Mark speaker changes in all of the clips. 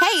Speaker 1: Hey,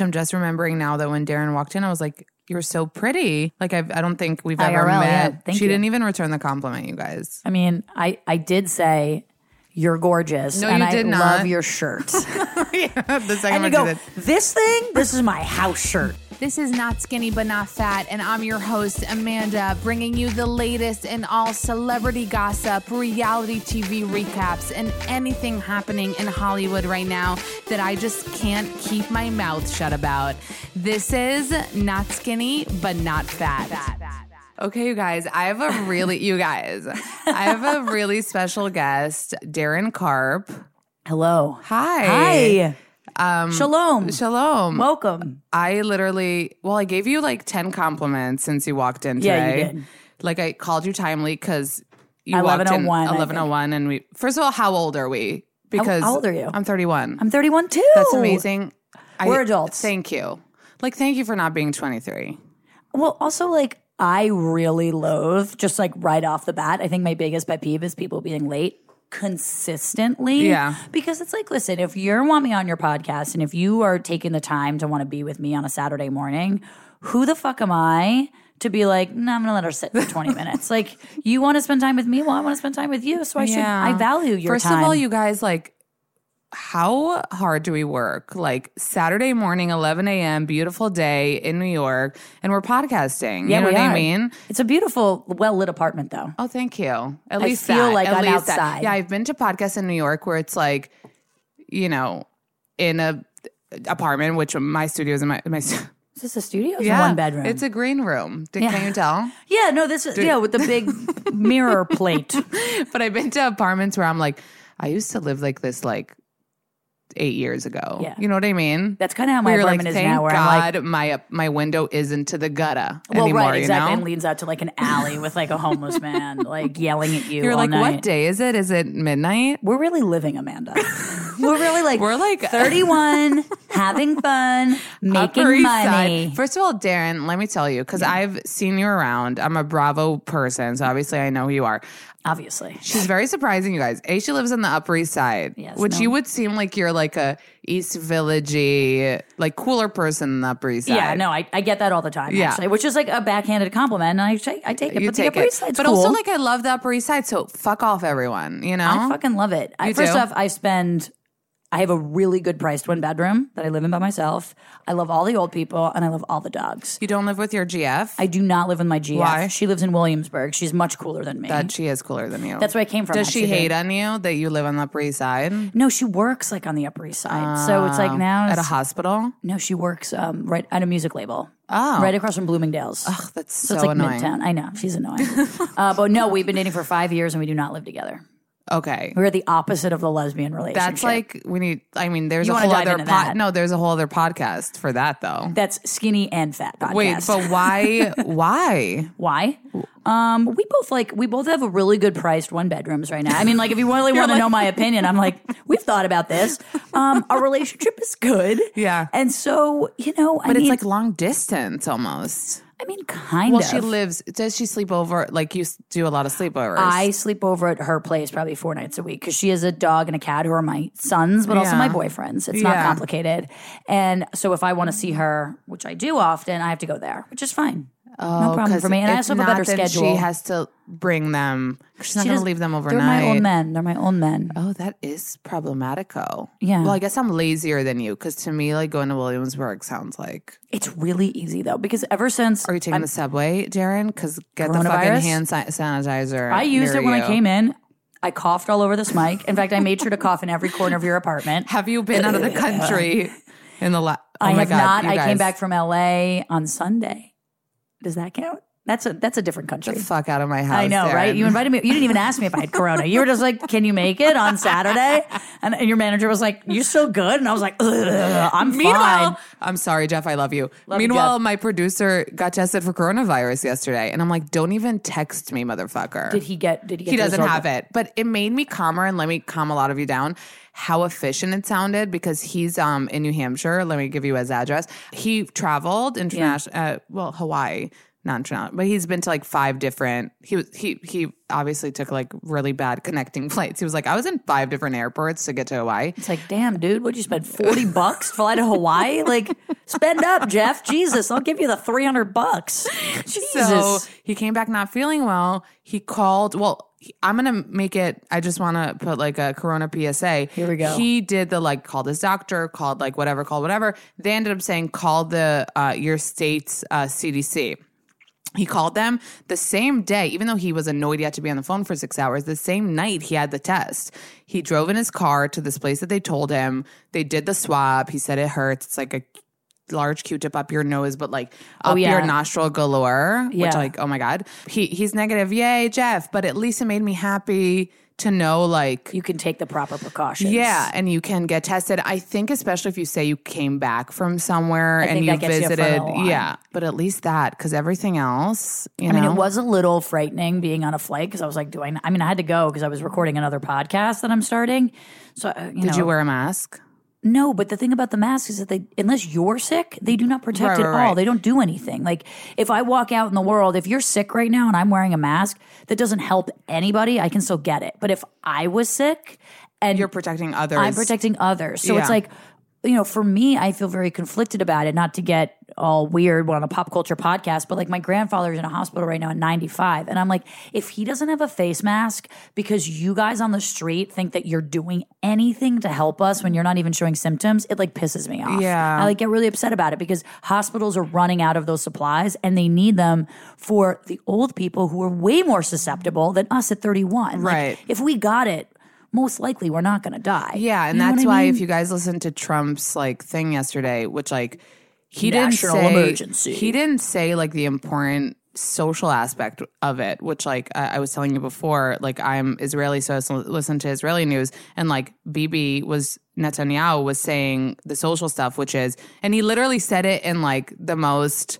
Speaker 2: I'm just remembering now that when Darren walked in, I was like, "You're so pretty." Like I've, I don't think we've ever
Speaker 3: IRL, yeah.
Speaker 2: met.
Speaker 3: Thank
Speaker 2: she
Speaker 3: you.
Speaker 2: didn't even return the compliment, you guys.
Speaker 3: I mean, I, I did say you're gorgeous.
Speaker 2: No,
Speaker 3: and
Speaker 2: you
Speaker 3: I
Speaker 2: did not.
Speaker 3: love your shirt.
Speaker 2: yeah, the second
Speaker 3: and you
Speaker 2: one
Speaker 3: go,
Speaker 2: she did.
Speaker 3: this thing, this is my house shirt.
Speaker 4: This is Not Skinny But Not Fat, and I'm your host, Amanda, bringing you the latest in all celebrity gossip, reality TV recaps, and anything happening in Hollywood right now that I just can't keep my mouth shut about. This is Not Skinny But Not Fat.
Speaker 2: Okay, you guys, I have a really, you guys, I have a really special guest, Darren Carp.
Speaker 3: Hello.
Speaker 2: Hi. Um,
Speaker 3: Hi. Shalom.
Speaker 2: Shalom.
Speaker 3: Welcome.
Speaker 2: I literally, well, I gave you like 10 compliments since you walked in
Speaker 3: Yeah, you
Speaker 2: today.
Speaker 3: did.
Speaker 2: Like I called you timely because you
Speaker 3: At
Speaker 2: walked
Speaker 3: 11:01, I
Speaker 2: in
Speaker 3: think.
Speaker 2: 1101 and we, first of all, how old are we? Because
Speaker 3: how old are you?
Speaker 2: I'm 31.
Speaker 3: I'm 31 too.
Speaker 2: That's amazing.
Speaker 3: We're adults.
Speaker 2: Thank you. Like, thank you for not being 23.
Speaker 3: Well, also like I really loathe just like right off the bat. I think my biggest pet peeve is people being late consistently.
Speaker 2: Yeah.
Speaker 3: Because it's like, listen, if you want me on your podcast and if you are taking the time to want to be with me on a Saturday morning, who the fuck am I to be like, no, I'm gonna let her sit for 20 minutes. Like you want to spend time with me, well, I want to spend time with you. So I should I value your
Speaker 2: First
Speaker 3: time.
Speaker 2: of all, you guys, like, how hard do we work? Like Saturday morning, 11 a.m., beautiful day in New York, and we're podcasting.
Speaker 3: Yeah,
Speaker 2: you know
Speaker 3: we
Speaker 2: what I
Speaker 3: are.
Speaker 2: mean?
Speaker 3: It's a beautiful, well lit apartment though.
Speaker 2: Oh, thank you. At least
Speaker 3: feel
Speaker 2: that.
Speaker 3: like
Speaker 2: At
Speaker 3: I'm
Speaker 2: least that.
Speaker 3: outside.
Speaker 2: Yeah, I've been to podcasts in New York where it's like, you know, in a apartment, which my studio is in my my stu-
Speaker 3: Is this a studio? It's
Speaker 2: yeah,
Speaker 3: one bedroom.
Speaker 2: It's a green room. Did,
Speaker 3: Yeah.
Speaker 2: Can you tell?
Speaker 3: yeah, no, this is yeah, with the big mirror plate.
Speaker 2: but I've been to apartments where I'm like, I used to live like this like eight years ago.
Speaker 3: Yeah.
Speaker 2: You know what I mean?
Speaker 3: That's kinda how my
Speaker 2: Where you're
Speaker 3: apartment is
Speaker 2: Thank
Speaker 3: now, where I'm like-
Speaker 2: God my my window isn't to the gutter
Speaker 3: Well,
Speaker 2: anymore.
Speaker 3: right, exactly.
Speaker 2: You
Speaker 3: And
Speaker 2: know?
Speaker 3: leads out to like an alley with like a homeless man like yelling at you.
Speaker 2: You're
Speaker 3: all
Speaker 2: like,
Speaker 3: night.
Speaker 2: what day is it? Is it midnight?
Speaker 3: We're really living, Amanda. We're really like
Speaker 2: We're like-
Speaker 3: 31, having fun,
Speaker 2: Upper
Speaker 3: making
Speaker 2: East Side.
Speaker 3: money.
Speaker 2: First of all, Darren, let me tell you, because I've seen you around. I'm a Bravo person, so obviously I know who you are.
Speaker 3: Obviously,
Speaker 2: She's very surprising, you guys. A, she lives on the Upper East Side,
Speaker 3: Yes,
Speaker 2: which
Speaker 3: no.
Speaker 2: you would seem like you're like a East Villagey, like cooler person than the Upper East Side.
Speaker 3: yeah. No, I, I get that all the time.
Speaker 2: Yeah.
Speaker 3: actually, which is like a backhanded compliment, and I take I take it.
Speaker 2: you
Speaker 3: but
Speaker 2: take
Speaker 3: the Upper
Speaker 2: it.
Speaker 3: East Side's
Speaker 2: but
Speaker 3: cool.
Speaker 2: also, like, I love the Upper East Side, so fuck off, everyone. You know,
Speaker 3: I fucking love it. I,
Speaker 2: You
Speaker 3: first
Speaker 2: do?
Speaker 3: off, I spend. I have a really good priced one bedroom that I live in by myself. I love all the old people, and I love all the dogs.
Speaker 2: you don't live with your GF.
Speaker 3: I do not live with my GF.
Speaker 2: Why?
Speaker 3: She lives in Williamsburg. She's much cooler than me.
Speaker 2: that she is cooler than you.
Speaker 3: That's where I came from.
Speaker 2: Does she
Speaker 3: actually.
Speaker 2: hate on you that you live on the Upper East Side
Speaker 3: No, she works like on the Upper East Side. so it's like
Speaker 2: Oh,
Speaker 3: now.
Speaker 2: at a
Speaker 3: it's-
Speaker 2: hospital?
Speaker 3: no, she works um, right at a music label.
Speaker 2: Oh.
Speaker 3: Right across from Bloomingdale's.
Speaker 2: Ugh, that's so,
Speaker 3: so, it's like
Speaker 2: annoying.
Speaker 3: Midtown. I know. She's annoying. uh, but no, we've been dating for five years and we do not live together.
Speaker 2: Okay,
Speaker 3: We're the opposite of the lesbian relationship.
Speaker 2: That's like we need. I mean, there's
Speaker 3: You
Speaker 2: a
Speaker 3: wanna
Speaker 2: whole
Speaker 3: dive
Speaker 2: other
Speaker 3: into
Speaker 2: pod.
Speaker 3: that.
Speaker 2: No, there's a whole other podcast for that though.
Speaker 3: That's skinny and fat podcast.
Speaker 2: Wait, but why? why?
Speaker 3: Why? Um, we both like we both have a really good priced one bedrooms right now. I mean, like if you really want to know my opinion, I'm like we've thought about this. Um, our relationship is good.
Speaker 2: Yeah.
Speaker 3: and so you know, I
Speaker 2: But
Speaker 3: mean,
Speaker 2: it's like long distance almost.
Speaker 3: I mean, kind
Speaker 2: Well,
Speaker 3: of.
Speaker 2: she lives. Does she sleep over? Like you s- do a lot of sleepovers.
Speaker 3: I sleep over at her place probably four nights a week because she has a dog and a cat who are my sons, but also
Speaker 2: Yeah.
Speaker 3: my boyfriends. It's
Speaker 2: Yeah.
Speaker 3: not complicated. And so if I want to see her, which I do often, I have to go there, which is fine.
Speaker 2: Oh,
Speaker 3: problem
Speaker 2: 'cause
Speaker 3: for me. And I
Speaker 2: it's
Speaker 3: also have a better
Speaker 2: not that She
Speaker 3: schedule.
Speaker 2: has to bring them. She's not
Speaker 3: She
Speaker 2: going to
Speaker 3: doesn't-
Speaker 2: leave them
Speaker 3: They're my own
Speaker 2: overnight.
Speaker 3: men. They're my own men.
Speaker 2: Oh, that is problematico.
Speaker 3: Yeah.
Speaker 2: Well, I guess I'm lazier than you because to me, like going to Williamsburg sounds like.
Speaker 3: It's really easy though because ever since
Speaker 2: Are you taking
Speaker 3: I'm-
Speaker 2: the subway, Darren? Because get the fucking
Speaker 3: Coronavirus?
Speaker 2: hand sa- sanitizer.
Speaker 3: I used
Speaker 2: near
Speaker 3: it when
Speaker 2: you.
Speaker 3: I came in. I coughed all over this mic. In fact, I made sure to cough in every corner of your apartment.
Speaker 2: Have you been out of the country in the last?
Speaker 3: I
Speaker 2: Oh my
Speaker 3: have
Speaker 2: God,
Speaker 3: not.
Speaker 2: you
Speaker 3: I came
Speaker 2: guys.
Speaker 3: back from LA on Sunday. Does that count? That's a that's a different country.
Speaker 2: Get the fuck out of my house.
Speaker 3: I know, right?
Speaker 2: Darren.
Speaker 3: You invited me. You didn't even ask me if I had corona. You were just like, "Can you make it on Saturday?" And, and your manager was like, "You're so good," and I was like, "Ugh, "I'm
Speaker 2: Meanwhile,
Speaker 3: fine."
Speaker 2: I'm sorry, Jeff. I love you.
Speaker 3: Love you,
Speaker 2: Meanwhile,
Speaker 3: Jeff.
Speaker 2: my producer got tested for coronavirus yesterday, and I'm like, don't even text me, motherfucker.
Speaker 3: Did he get? Did he? Get
Speaker 2: He
Speaker 3: the
Speaker 2: doesn't
Speaker 3: result?
Speaker 2: have it, but it made me calmer and let me calm a lot of you down. How efficient it sounded because he's um in New Hampshire. Let me give you his address. He traveled international, uh, well, Hawaii, not international, but he's been to like five different. He was he he obviously took like really bad connecting flights. He was like, I was in five different airports to get to Hawaii.
Speaker 3: It's like, damn, dude, would you spend forty bucks to fly to Hawaii? Like, spend up, Jeff. Jesus, I'll give you the three hundred bucks. Jesus.
Speaker 2: So he came back not feeling well. He called. Well, he- I'm gonna make it. I just want to put like a Corona PSA. Here
Speaker 3: we go.
Speaker 2: He did the like called his doctor, called like whatever, called whatever. They ended up saying call the uh, your state's uh, CDC. He called them the same day, even though he was annoyed he had to be on the phone for six hours. The same night he had the test, he drove in his car to this place that they told him. They did the swab. He said it hurts. It's like a large Q-tip up your nose, but like up your
Speaker 3: Oh, yeah.
Speaker 2: nostril galore. Which
Speaker 3: Yeah.
Speaker 2: like, oh my god, he he's negative. Yay, Jeff! But at least it made me happy to know like
Speaker 3: you can take the proper precautions.
Speaker 2: yeah, and you can get tested. I think especially if you say you came back from somewhere and
Speaker 3: think
Speaker 2: you
Speaker 3: that gets you a
Speaker 2: visited.
Speaker 3: further line.
Speaker 2: yeah, but at least that because everything else, you
Speaker 3: I mean,
Speaker 2: know,
Speaker 3: it was a little frightening being on a flight because I was like, do I? I mean, I had to go because I was recording another podcast that I'm starting. So, uh, you
Speaker 2: did
Speaker 3: know,
Speaker 2: you wear a mask?
Speaker 3: No, but the thing about the mask is that they, unless you're sick, they do not
Speaker 2: Right,
Speaker 3: protect at
Speaker 2: right,
Speaker 3: all.
Speaker 2: right.
Speaker 3: They don't do anything. Like if I walk out in the world, if you're sick right now and I'm wearing a mask, that doesn't help anybody. I can still get it. But if I was sick and
Speaker 2: You're protecting others.
Speaker 3: I'm protecting others. So it's
Speaker 2: Yeah.
Speaker 3: like, you know, for me, I feel very conflicted about it, not to get all weird on a pop culture podcast, but like my grandfather's in a hospital right now at 95. And I'm like, if he doesn't have a face mask because you guys on the street think that you're doing anything to help us when you're not even showing symptoms, it like pisses me off.
Speaker 2: Yeah.
Speaker 3: I like get really upset about it because hospitals are running out of those supplies and they need them for the old people who are way more susceptible than us at 31. Like,
Speaker 2: Right.
Speaker 3: if we got it, most likely we're not going to die.
Speaker 2: Yeah, and
Speaker 3: You know
Speaker 2: that's
Speaker 3: what I
Speaker 2: why
Speaker 3: mean?
Speaker 2: if you guys listened to Trump's like thing yesterday, which like he
Speaker 3: National
Speaker 2: didn't say
Speaker 3: emergency.
Speaker 2: he didn't say like the important social aspect of it, which like I, I was telling you before, like I'm Israeli, so I s- listen to Israeli news, and like Bibi was Netanyahu was saying the social stuff, which is, and he literally said it in like the most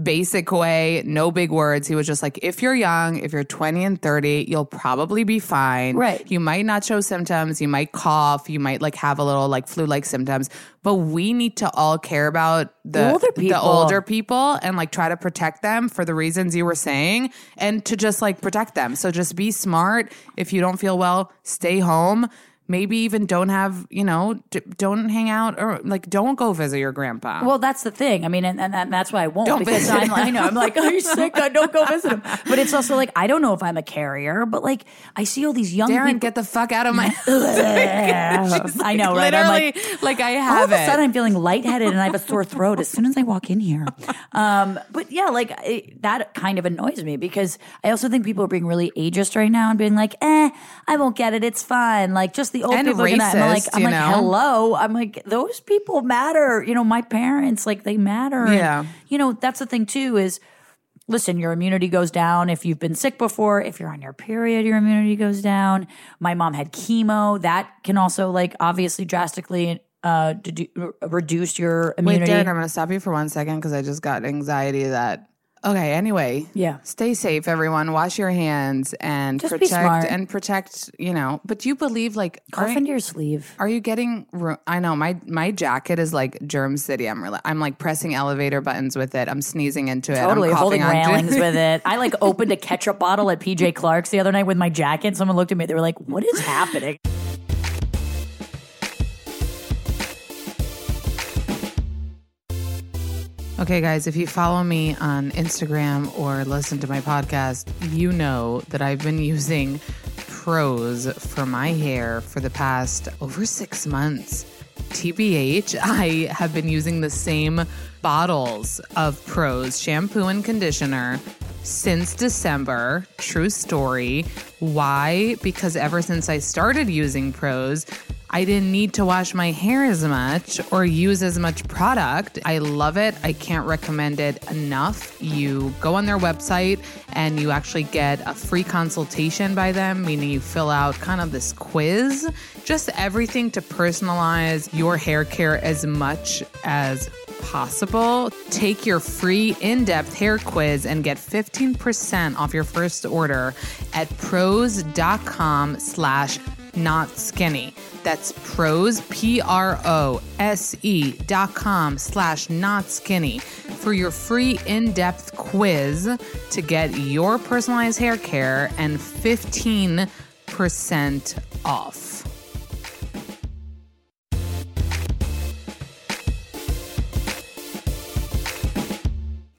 Speaker 2: basic way, no big words. He was just like, if you're young, if you're 20 and 30, you'll probably be fine.
Speaker 3: Right.
Speaker 2: You might not show symptoms. You might cough. You might like have a little like flu like symptoms. But we need to all care about the
Speaker 3: Older people.
Speaker 2: the older people and like try to protect them for the reasons you were saying and to just like protect them. So just be smart. If you don't feel well, stay home. Maybe even don't have, you know, d- don't hang out or like don't go visit your grandpa.
Speaker 3: Well, that's the thing. I mean, and, and, and that's why I won't
Speaker 2: Don't
Speaker 3: because
Speaker 2: visit
Speaker 3: I'm like, I know I'm like, are you sick? I don't go visit him. But it's also like I don't know if I'm a carrier, but like I see all these young
Speaker 2: Darren,
Speaker 3: people.
Speaker 2: get the fuck out of my
Speaker 3: I know, right? I'm
Speaker 2: Literally,
Speaker 3: like,
Speaker 2: like, I
Speaker 3: all
Speaker 2: have
Speaker 3: of a sudden
Speaker 2: it.
Speaker 3: I'm feeling lightheaded and I have a sore throat as soon as I walk in here. Um, but yeah, like I that kind of annoys me because I also think people are being really ageist right now and being like, eh, I won't get it. It's fine. Like just the old
Speaker 2: And
Speaker 3: people. are gonna- I'm like,
Speaker 2: racist,
Speaker 3: I'm
Speaker 2: you
Speaker 3: like,
Speaker 2: know?
Speaker 3: hello. I'm like, those people matter. You know, my parents, like they matter. And,
Speaker 2: Yeah.
Speaker 3: you know, that's the thing too is listen, your immunity goes down if you've been sick before. If you're on your period, your immunity goes down. My mom had chemo. That can also, like, obviously drastically uh, dedu- reduce your
Speaker 2: Wait,
Speaker 3: immunity.
Speaker 2: Darren, I'm going to stop you for one second because I just got anxiety that. Okay, anyway.
Speaker 3: Yeah.
Speaker 2: Stay safe, everyone. Wash your hands and
Speaker 3: Just be
Speaker 2: protect
Speaker 3: smart.
Speaker 2: and protect, you know. But do you believe, like, are,
Speaker 3: Cough into your sleeve.
Speaker 2: are you getting. ru- I know my my jacket is like germ city. I'm, rela- I'm like pressing elevator buttons with it. I'm sneezing into it. I'm
Speaker 3: Totally
Speaker 2: coughing
Speaker 3: holding
Speaker 2: onto-
Speaker 3: railings with it. I like opened a ketchup bottle at PJ Clark's the other night with my jacket. Someone looked at me. They were like, "What is happening?"
Speaker 2: Okay, guys, if you follow me on Instagram or listen to my podcast, you know that I've been using pros for my hair for the past over six months. TBH, I have been using the same bottles of pros shampoo and conditioner since December. True story. Why? Because ever since I started using pros, I didn't need to wash my hair as much or use as much product. I love it. I can't recommend it enough. You go on their website and you actually get a free consultation by them, meaning you fill out kind of this quiz, just everything to personalize your hair care as much as possible. Take your free in depth hair quiz and get 15% off your first order at pros.com slash not skinny. That's pros, P R O S E dot com slash not skinny for your free in depth quiz to get your personalized hair care and 15% off.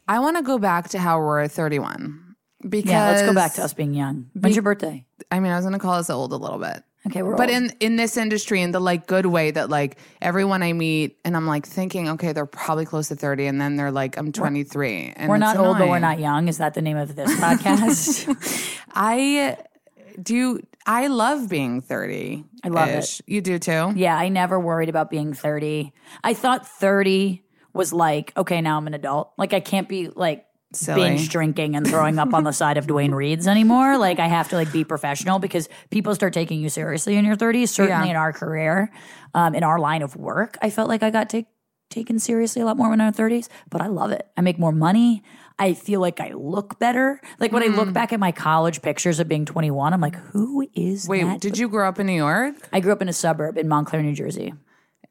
Speaker 2: I want to go back to how we're 31 because
Speaker 3: Yeah, let's go back to us being young. When's your birthday?
Speaker 2: I mean, I was going to call us old a little bit.
Speaker 3: Okay, we're
Speaker 2: But
Speaker 3: old.
Speaker 2: in in this industry, in the like good way that like everyone I meet, and I'm like thinking, okay, they're probably close to thirty, and then they're like, I'm 23. And
Speaker 3: we're
Speaker 2: it's
Speaker 3: not old, but we're
Speaker 2: annoying.
Speaker 3: not young. Is that the name of this podcast?
Speaker 2: I do. I love being 30. I
Speaker 3: love it.
Speaker 2: You do too.
Speaker 3: yeah, I never worried about being 30. I thought 30 was like, okay, now I'm an adult. Like I can't be like
Speaker 2: Silly.
Speaker 3: binge drinking and throwing up on the side of Dwayne Reed's anymore. Like I have to like be professional because people start taking you seriously in your 30s, certainly in our career, um, in our line of work. I felt like I got take, taken seriously a lot more when I was 30s, but I love it. I make more money. I feel like I look better. Like when I
Speaker 2: Mm.
Speaker 3: look back at my college pictures of being 21, I'm like, who is
Speaker 2: Wait,
Speaker 3: that?
Speaker 2: did you grow up in New York
Speaker 3: I grew up in a suburb in Montclair, New Jersey.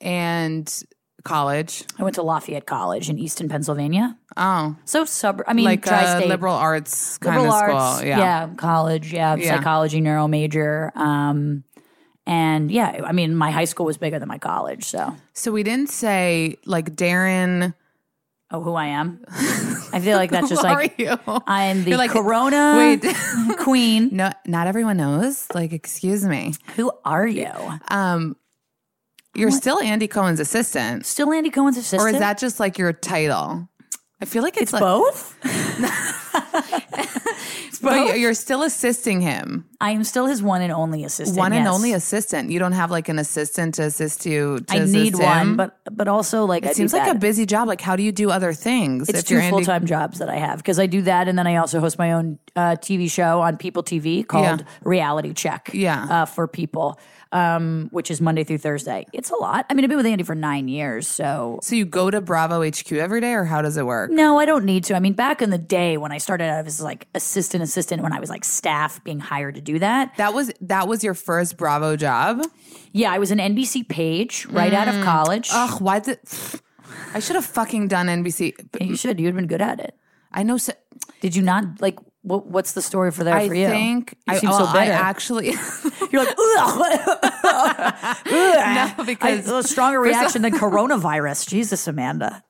Speaker 2: and college?
Speaker 3: I went to Lafayette College in Easton, Pennsylvania.
Speaker 2: Oh,
Speaker 3: So sub, I mean,
Speaker 2: like a
Speaker 3: tri-state,
Speaker 2: liberal arts kind
Speaker 3: liberal
Speaker 2: of school.
Speaker 3: arts,
Speaker 2: yeah.
Speaker 3: college, yeah,
Speaker 2: Yeah.
Speaker 3: psychology, neuro major, um, and yeah, I mean, my high school was bigger than my college, so
Speaker 2: So we didn't say like Darren.
Speaker 3: oh, who I am, I feel like that's just
Speaker 2: Who
Speaker 3: like
Speaker 2: are you?
Speaker 3: I'm the
Speaker 2: You're like,
Speaker 3: Corona
Speaker 2: wait.
Speaker 3: queen.
Speaker 2: No, not everyone knows. Like, excuse me.
Speaker 3: Who are you?
Speaker 2: Um, you're still Andy Cohen's assistant,
Speaker 3: Still Andy Cohen's assistant,
Speaker 2: or is that just like your title? I feel like it's, like,
Speaker 3: both?
Speaker 2: But you're- you're still assisting him,
Speaker 3: I am still his one and only assistant.
Speaker 2: one and
Speaker 3: yes.
Speaker 2: only assistant. You don't have like an assistant to assist you. To
Speaker 3: I need
Speaker 2: assist
Speaker 3: one,
Speaker 2: him?
Speaker 3: but but also like I
Speaker 2: it
Speaker 3: do
Speaker 2: seems like
Speaker 3: that.
Speaker 2: a busy job. Like, how do you do other things?
Speaker 3: It's two full time jobs that I have because I do that, and then I also host my own uh, TV show on People TV called
Speaker 2: Yeah.
Speaker 3: Reality Check.
Speaker 2: Yeah.
Speaker 3: uh, for people, um, which is Monday through Thursday. It's a lot. I mean, I've been with Andy for nine years, so
Speaker 2: So you go to Bravo HQ every day, or how does it work?
Speaker 3: no, I don't need to. I mean, back in the day when I started out as like assistant assistant, when I was like staff being hired to do that,
Speaker 2: That was that was your first Bravo job.
Speaker 3: yeah, I was an NBC page right out
Speaker 2: Mm.
Speaker 3: of college.
Speaker 2: Ugh, why did I should have fucking done NBC? But
Speaker 3: You should. You'd been good at it.
Speaker 2: I know. So,
Speaker 3: Did you not like? What, what's the story for there
Speaker 2: I
Speaker 3: for you?
Speaker 2: think
Speaker 3: you
Speaker 2: I,
Speaker 3: seem
Speaker 2: well,
Speaker 3: so
Speaker 2: I
Speaker 3: bitter.
Speaker 2: actually.
Speaker 3: You're
Speaker 2: no,
Speaker 3: like, ugh. I,
Speaker 2: because
Speaker 3: a stronger reaction than coronavirus. Jesus, Amanda.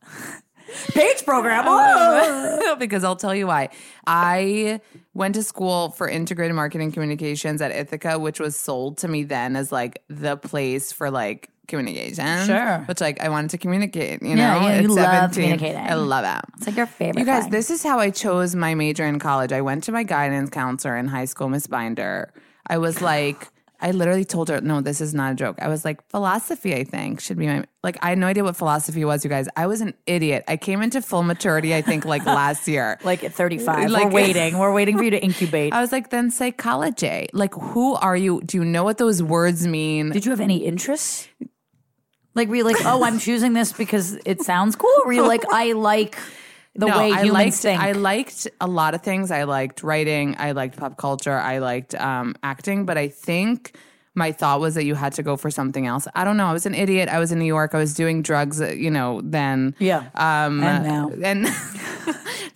Speaker 3: Page program. oh.
Speaker 2: because I'll tell you why. I went to school for integrated marketing communications at Ithaca, which was sold to me then as like the place for like communication.
Speaker 3: Sure.
Speaker 2: Which like I wanted to communicate, you
Speaker 3: Yeah,
Speaker 2: know,
Speaker 3: yeah,
Speaker 2: at
Speaker 3: you love
Speaker 2: 17.
Speaker 3: communicating.
Speaker 2: I love it.
Speaker 3: It's like your favorite.
Speaker 2: You guys,
Speaker 3: thing.
Speaker 2: this is how I chose my major in college. I went to my guidance counselor in high school, Miss Binder. I was like, I literally told her, no, this is not a joke. I was like, philosophy, I think, should be my, like, I had no idea what philosophy was, you guys. I was an idiot. I came into full maturity, I think, like last year.
Speaker 3: like at 35.
Speaker 2: Like- Uh,
Speaker 3: we're waiting. we're waiting for you to incubate.
Speaker 2: I was like, then psychology. Like, who are you? Do you know what those words mean?
Speaker 3: Did you have any interests? Like, were you like, oh, I'm choosing this because it sounds cool? Or were you like, I like the
Speaker 2: no,
Speaker 3: way
Speaker 2: I
Speaker 3: humans
Speaker 2: liked,
Speaker 3: think?
Speaker 2: I liked a lot of things. I liked writing. I liked pop culture. I liked um, acting. But I think my thought was that you had to go for something else. I don't know. I was an idiot. I was in New York. I was doing drugs. uh, You know, then
Speaker 3: Yeah.
Speaker 2: Um,
Speaker 3: And now.
Speaker 2: and.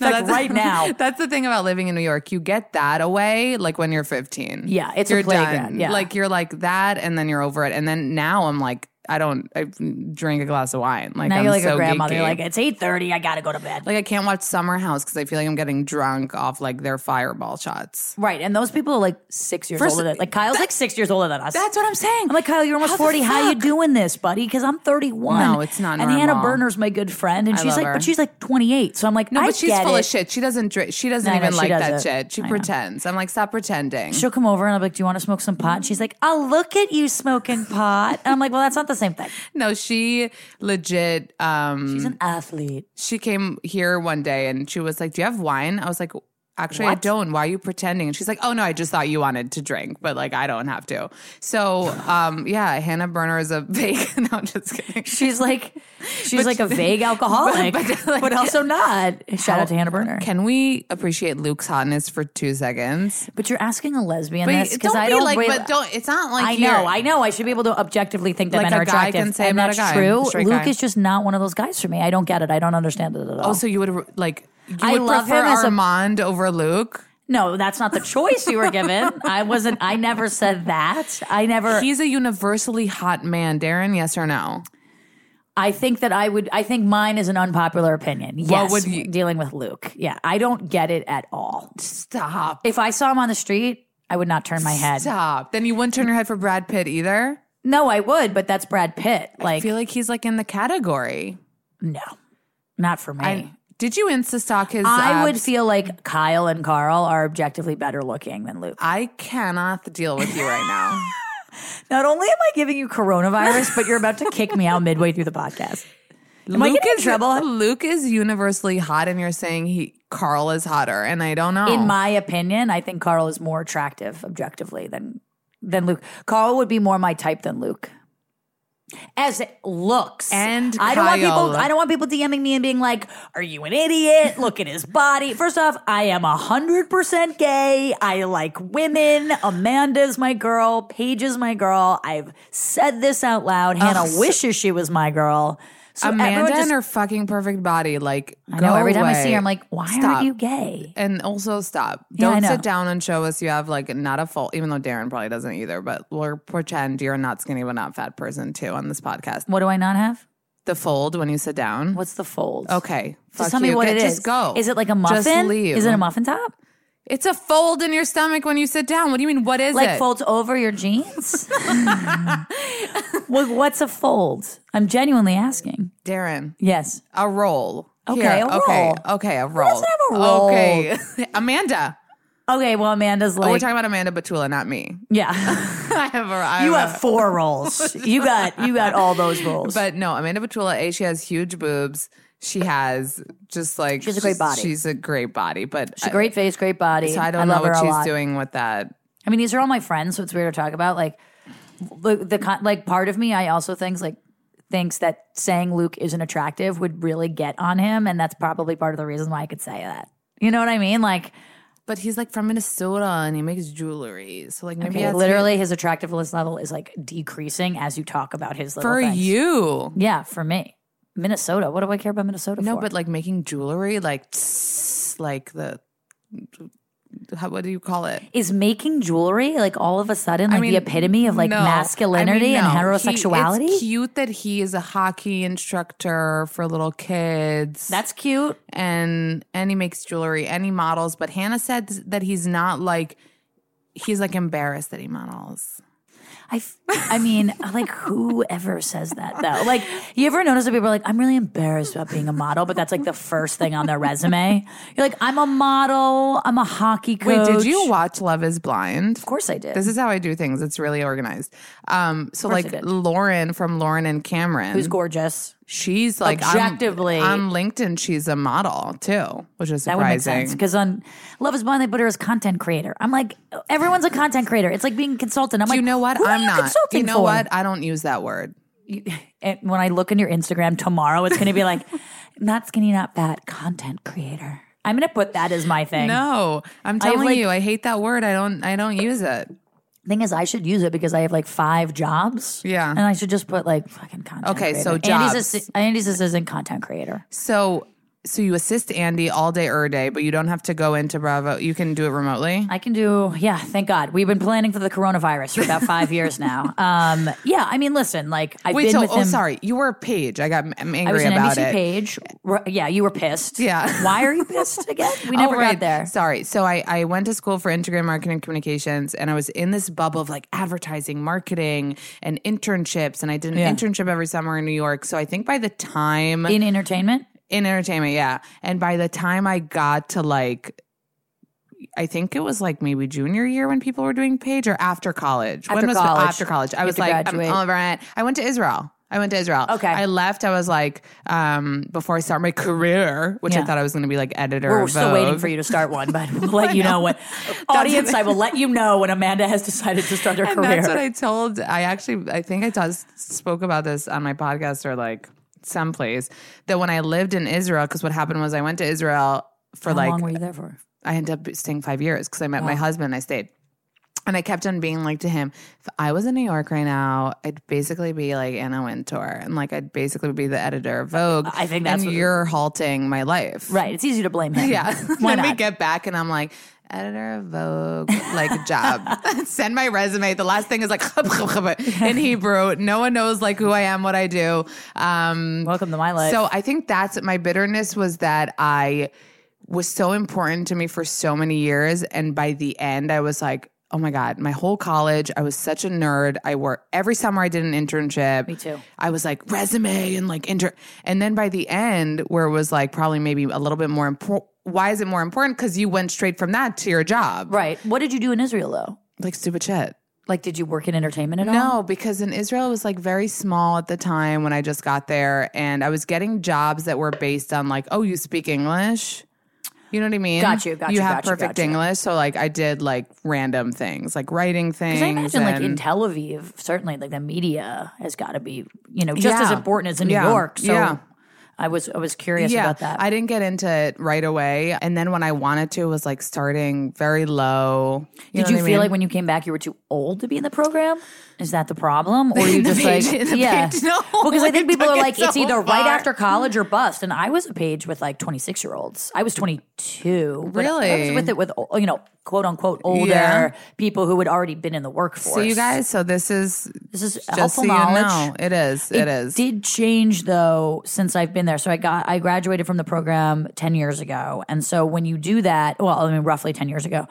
Speaker 2: No,
Speaker 3: like right now.
Speaker 2: That's the thing about living in New York. You get that away like when you're 15.
Speaker 3: Yeah, it's a
Speaker 2: you're
Speaker 3: playground,
Speaker 2: Done.
Speaker 3: yeah.
Speaker 2: Like you're like that and then you're over it. And then now I'm like, I don't I drink a glass of wine. Like
Speaker 3: now
Speaker 2: I'm
Speaker 3: you're like
Speaker 2: so
Speaker 3: a grandmother.
Speaker 2: geeky.
Speaker 3: You're like, it's 8.30. I got to go to bed.
Speaker 2: Like I can't watch Summer House because I feel like I'm getting drunk off like their fireball shots.
Speaker 3: right. And those people are like six years
Speaker 2: First-
Speaker 3: older than Like Kyle's like six years older than us.
Speaker 2: That's what I'm saying.
Speaker 3: I'm like, Kyle, you're almost
Speaker 2: How the
Speaker 3: 40. How you
Speaker 2: fuck?
Speaker 3: doing this, buddy? Because I'm 31.
Speaker 2: No, it's not
Speaker 3: And Hannah
Speaker 2: normal.
Speaker 3: Burner's my good friend. And she's
Speaker 2: love
Speaker 3: like,
Speaker 2: her.
Speaker 3: but she's like 28. So I'm like,
Speaker 2: No,
Speaker 3: I
Speaker 2: but she's
Speaker 3: get
Speaker 2: full
Speaker 3: it.
Speaker 2: of shit. She doesn't drink. She doesn't
Speaker 3: No, I know,
Speaker 2: even
Speaker 3: she
Speaker 2: like that
Speaker 3: does it.
Speaker 2: shit. She
Speaker 3: I know.
Speaker 2: pretends. I'm like, stop pretending.
Speaker 3: She'll come over and I'll be like, do you want to smoke some pot? And she's like, I'll look at you smoking pot. And I'm like, well, that's not the same thing.
Speaker 2: no, she legit. Um,
Speaker 3: She's an athlete.
Speaker 2: she came here one day and she was like, "Do you have wine?" I was like, "Actually, I
Speaker 3: What?
Speaker 2: don't. Why are you pretending?" And she's like, "Oh no, I just thought you wanted to drink, but like I don't have to." So, um, yeah, Hannah Berner is a fake. no, I'm just kidding.
Speaker 3: She's like, she's like a vague alcoholic, but,
Speaker 2: but- like-
Speaker 3: also not. Shout out to Hannah Burner.
Speaker 2: Can we appreciate Luke's hotness for two seconds?
Speaker 3: But you're asking a lesbian
Speaker 2: But
Speaker 3: this because
Speaker 2: don't
Speaker 3: I
Speaker 2: be
Speaker 3: don't
Speaker 2: like,
Speaker 3: really-
Speaker 2: but don't. It's not like
Speaker 3: I
Speaker 2: you're-
Speaker 3: know, I know. I should be able to objectively think that
Speaker 2: Like
Speaker 3: men are
Speaker 2: a guy
Speaker 3: attractive.
Speaker 2: can say,
Speaker 3: and
Speaker 2: "I'm not a
Speaker 3: that's
Speaker 2: guy, I'm a
Speaker 3: true.
Speaker 2: straight
Speaker 3: Luke
Speaker 2: guy.
Speaker 3: is just not one of those guys for me. I don't get it. I don't understand it at all.
Speaker 2: Oh, so you would like. You
Speaker 3: I
Speaker 2: would
Speaker 3: love
Speaker 2: prefer
Speaker 3: him as a-
Speaker 2: Armand over Luke.
Speaker 3: no, that's not the choice you were given. I wasn't. I never said that. I never.
Speaker 2: He's a universally hot man, Darren. Yes or no?
Speaker 3: I think that I would. I think mine is an unpopular opinion. Yes,
Speaker 2: would you-
Speaker 3: dealing with Luke. Yeah, I don't get it at all.
Speaker 2: Stop.
Speaker 3: If I saw him on the street, I would not turn my head.
Speaker 2: Stop. Then you wouldn't turn your head for Brad Pitt either.
Speaker 3: No, I would, but that's Brad Pitt. Like,
Speaker 2: I feel like he's like in the category.
Speaker 3: no, not for me.
Speaker 2: I, did you insta stalk his? uh,
Speaker 3: I would
Speaker 2: abs?
Speaker 3: feel like Kyle and Carl are objectively better looking than Luke.
Speaker 2: I cannot deal with you right now.
Speaker 3: Not only am I giving you coronavirus, but you're about to kick me out midway through the podcast. Am I getting in
Speaker 2: is,
Speaker 3: trouble?
Speaker 2: Luke is universally hot, and you're saying he Carl is hotter, and I don't know.
Speaker 3: In my opinion, I think Carl is more attractive objectively than than Luke. Carl would be more my type than Luke. As it looks,
Speaker 2: And
Speaker 3: I don't want
Speaker 2: Kyle.
Speaker 3: people. I don't want people DMing me and being like, "Are you an idiot? Look at his body." First off, I am hundred percent gay. I like women. Amanda's my girl. Paige is my girl. I've said this out loud. Hannah wishes she was my girl. So everyone
Speaker 2: Amanda
Speaker 3: just-
Speaker 2: and her fucking perfect body, like
Speaker 3: I
Speaker 2: go
Speaker 3: know every time I see
Speaker 2: away.
Speaker 3: her, I'm like, "Why
Speaker 2: Stop.
Speaker 3: aren't you gay?"
Speaker 2: And also stop.
Speaker 3: Yeah, I
Speaker 2: Don't
Speaker 3: know.
Speaker 2: sit down and show us you have like not a full, even though Darren probably doesn't either, but we'll pretend you're a not skinny but not fat person too on this podcast.
Speaker 3: What do I not have?
Speaker 2: The fold when you sit down.
Speaker 3: What's the fold?
Speaker 2: Okay.
Speaker 3: Just
Speaker 2: fuck
Speaker 3: tell me
Speaker 2: you.
Speaker 3: what
Speaker 2: Get-
Speaker 3: it is.
Speaker 2: Just go.
Speaker 3: Is it like a muffin?
Speaker 2: Just leave.
Speaker 3: Is it a muffin top?
Speaker 2: It's a fold in your stomach when you sit down. What do you mean? What is
Speaker 3: like
Speaker 2: it?
Speaker 3: folds over your jeans? What- what's a fold? I'm genuinely asking.
Speaker 2: Darren,
Speaker 3: Yes.
Speaker 2: a roll.
Speaker 3: Okay,
Speaker 2: Here,
Speaker 3: a
Speaker 2: Okay,
Speaker 3: roll.
Speaker 2: okay, a roll.
Speaker 3: doesn't have a roll?
Speaker 2: Okay, Amanda.
Speaker 3: Okay. Well, Amanda's like,
Speaker 2: Oh, We're talking about Amanda Batula, not me.
Speaker 3: yeah.
Speaker 2: I have a. I
Speaker 3: you have four rolls. You got you got all those rolls.
Speaker 2: But no, Amanda Batula, A, she has huge boobs. She has just like
Speaker 3: She has a great body.
Speaker 2: She's a great body, but
Speaker 3: She's a great face, great body.
Speaker 2: I, so I don't know
Speaker 3: love her
Speaker 2: what
Speaker 3: a
Speaker 2: she's
Speaker 3: lot.
Speaker 2: doing with that.
Speaker 3: I mean, these are all my friends, so it's weird to talk about. Like the, the con- like part of me, I also thinks like thinks that saying Luke isn't attractive would really get on him, and that's probably part of the reason why I could say that. You know what I mean? Like,
Speaker 2: But he's like from Minnesota and he makes jewelry, so like maybe
Speaker 3: okay,
Speaker 2: that's
Speaker 3: literally, his attractiveness level is like decreasing as you talk about his little
Speaker 2: for
Speaker 3: things.
Speaker 2: you.
Speaker 3: Yeah, for me, Minnesota. What do I care about Minnesota?
Speaker 2: No,
Speaker 3: for?
Speaker 2: but like making jewelry, like tss, like the how, what do you call it?
Speaker 3: is making jewelry like all of a sudden like the epitome of like
Speaker 2: no. I mean,
Speaker 3: masculinity
Speaker 2: no.
Speaker 3: and
Speaker 2: He-
Speaker 3: heterosexuality?
Speaker 2: it's cute that he is a hockey instructor for little kids.
Speaker 3: That's cute.
Speaker 2: and and he makes jewelry and he models. But Hannah said that he's not like he's like embarrassed that he models.
Speaker 3: I, f- I mean, like, whoever says that though? Like, you ever notice that people are like, I'm really embarrassed about being a model, but that's like the first thing on their resume? You're like, I'm a model, I'm a hockey coach.
Speaker 2: Wait, did you watch Love Is Blind?
Speaker 3: Of course I did.
Speaker 2: This is how I do things. It's really organized. Um, so
Speaker 3: course I
Speaker 2: like
Speaker 3: did.
Speaker 2: Lauren from Lauren and Cameron,
Speaker 3: Who's gorgeous.
Speaker 2: she's like I'm-
Speaker 3: Objectively.
Speaker 2: on LinkedIn, she's a model too, which is
Speaker 3: That would make
Speaker 2: surprising.
Speaker 3: sense because on Love Is Blind, they put her as content creator. I'm like, everyone's a content creator. It's like being consultant. I'm
Speaker 2: Do
Speaker 3: like,
Speaker 2: you know what?
Speaker 3: Who
Speaker 2: I'm
Speaker 3: are you
Speaker 2: not.
Speaker 3: Consulting
Speaker 2: you know
Speaker 3: for?
Speaker 2: what? I don't use that word.
Speaker 3: And when I look in your Instagram tomorrow, it's going to be like, not skinny, not fat, content creator. I'm going to put that as my thing.
Speaker 2: No, I'm
Speaker 3: I have,
Speaker 2: telling
Speaker 3: like-
Speaker 2: you, I hate that word. I don't. I don't use it.
Speaker 3: thing is, I should use it because I have like five jobs.
Speaker 2: Yeah.
Speaker 3: and I should just put like fucking content.
Speaker 2: Okay, so
Speaker 3: creator. Andy's
Speaker 2: jobs.
Speaker 3: assi- Andy's assistant content creator.
Speaker 2: So So you assist Andy all day or day, but you don't have to go into Bravo. You can do it remotely.
Speaker 3: I can do, yeah, thank God. We've been planning for the coronavirus for about five years now. Um, yeah, I mean, listen, like, I've
Speaker 2: Wait,
Speaker 3: been
Speaker 2: so
Speaker 3: with
Speaker 2: oh,
Speaker 3: him.
Speaker 2: sorry, you were Paige. I got I'm angry
Speaker 3: I was an
Speaker 2: about
Speaker 3: NBC
Speaker 2: it.
Speaker 3: page. R- Yeah, you were pissed.
Speaker 2: Yeah.
Speaker 3: Why are you pissed again? We never
Speaker 2: Oh, right.
Speaker 3: got there.
Speaker 2: Sorry. So I, I went to school for integrated marketing and communications, and I was in this bubble of like advertising, marketing, and internships. And I did an
Speaker 3: Yeah.
Speaker 2: internship every summer in New York. So I think by the time
Speaker 3: In entertainment?
Speaker 2: in entertainment, yeah. And by the time I got to like, I think it was like maybe junior year when people were doing page or after college. when
Speaker 3: After
Speaker 2: was
Speaker 3: college.
Speaker 2: after college? I
Speaker 3: You
Speaker 2: was
Speaker 3: have to
Speaker 2: like, I'm
Speaker 3: graduate.
Speaker 2: over it. I went to Israel. I went to Israel.
Speaker 3: Okay.
Speaker 2: I left. I was like, um, before I start my career, which I
Speaker 3: Yeah.
Speaker 2: thought I was going to be like editor.
Speaker 3: We're
Speaker 2: of
Speaker 3: still waiting
Speaker 2: Vogue.
Speaker 3: for you to start one, but we'll let you know when. Audience, I will let you know when Amanda has decided to start her
Speaker 2: and
Speaker 3: career.
Speaker 2: that's what I told. I actually, I think I t- spoke about this on my podcast or like someplace that when I lived in Israel, because what happened was I went to Israel for
Speaker 3: How
Speaker 2: like
Speaker 3: long were you there for?
Speaker 2: I ended up staying five years because I met my husband. and I stayed. And I kept on being like to him, if I was in New York right now, I'd basically be like Anna Wintour and like I'd basically be the editor of Vogue.
Speaker 3: I think that's
Speaker 2: and
Speaker 3: what-
Speaker 2: you're halting my life.
Speaker 3: Right. It's easy to blame him.
Speaker 2: Yeah.
Speaker 3: Why
Speaker 2: then we
Speaker 3: not?
Speaker 2: get back and I'm like, editor of Vogue, like job. Send my resume. The last thing is like in Hebrew. No one knows like who I am, what I do. Um
Speaker 3: Welcome to my life.
Speaker 2: so I think that's my bitterness was that I was so important to me for so many years. And by the end, I was like, oh my God, my whole college, I was such a nerd. I worked every summer I did an internship. Me
Speaker 3: too.
Speaker 2: I was like resume and like inter. And then by the end, where it was like probably maybe a little bit more important. Why is it more important? Because you went straight from that to your job.
Speaker 3: right. What did you do in Israel, though?
Speaker 2: Like stupid shit.
Speaker 3: Like, did you work in entertainment at all?
Speaker 2: No, because in Israel it was like very small at the time when I just got there, and I was getting jobs that were based on like, oh, you speak English. You know what I mean?
Speaker 3: Got you, got
Speaker 2: You
Speaker 3: you,
Speaker 2: have
Speaker 3: got you,
Speaker 2: perfect
Speaker 3: got you.
Speaker 2: English, so like I did like random things, like writing things.
Speaker 3: Because I imagine, like
Speaker 2: and-
Speaker 3: in Tel Aviv, certainly, like the media has got to be, you know, just as
Speaker 2: Yeah.
Speaker 3: important as in New
Speaker 2: Yeah.
Speaker 3: York. So
Speaker 2: Yeah.
Speaker 3: I was, I was curious about that.
Speaker 2: I didn't get into it right away, and then when I wanted to, it was like starting very low.
Speaker 3: Did
Speaker 2: know what
Speaker 3: you
Speaker 2: I
Speaker 3: feel
Speaker 2: mean?
Speaker 3: like when you came back, you were too old to be in the program? Is that the problem, or you
Speaker 2: The
Speaker 3: just
Speaker 2: page-
Speaker 3: like
Speaker 2: the
Speaker 3: yeah?
Speaker 2: page- no,
Speaker 3: well, because I
Speaker 2: we
Speaker 3: think people
Speaker 2: took
Speaker 3: are
Speaker 2: it
Speaker 3: like it's
Speaker 2: so
Speaker 3: either right
Speaker 2: far.
Speaker 3: after college or bust. And I was a page with like twenty six year olds. I was twenty two. I was
Speaker 2: Really?
Speaker 3: with it with you know quote unquote older
Speaker 2: Yeah.
Speaker 3: people who had already been in the workforce.
Speaker 2: so you guys, so this is
Speaker 3: this is
Speaker 2: just so
Speaker 3: helpful
Speaker 2: you
Speaker 3: knowledge.
Speaker 2: know, it is, it is.
Speaker 3: Did change though since I've been there. So I got I graduated from the program ten years ago, and so when you do that, well, I mean roughly ten years ago,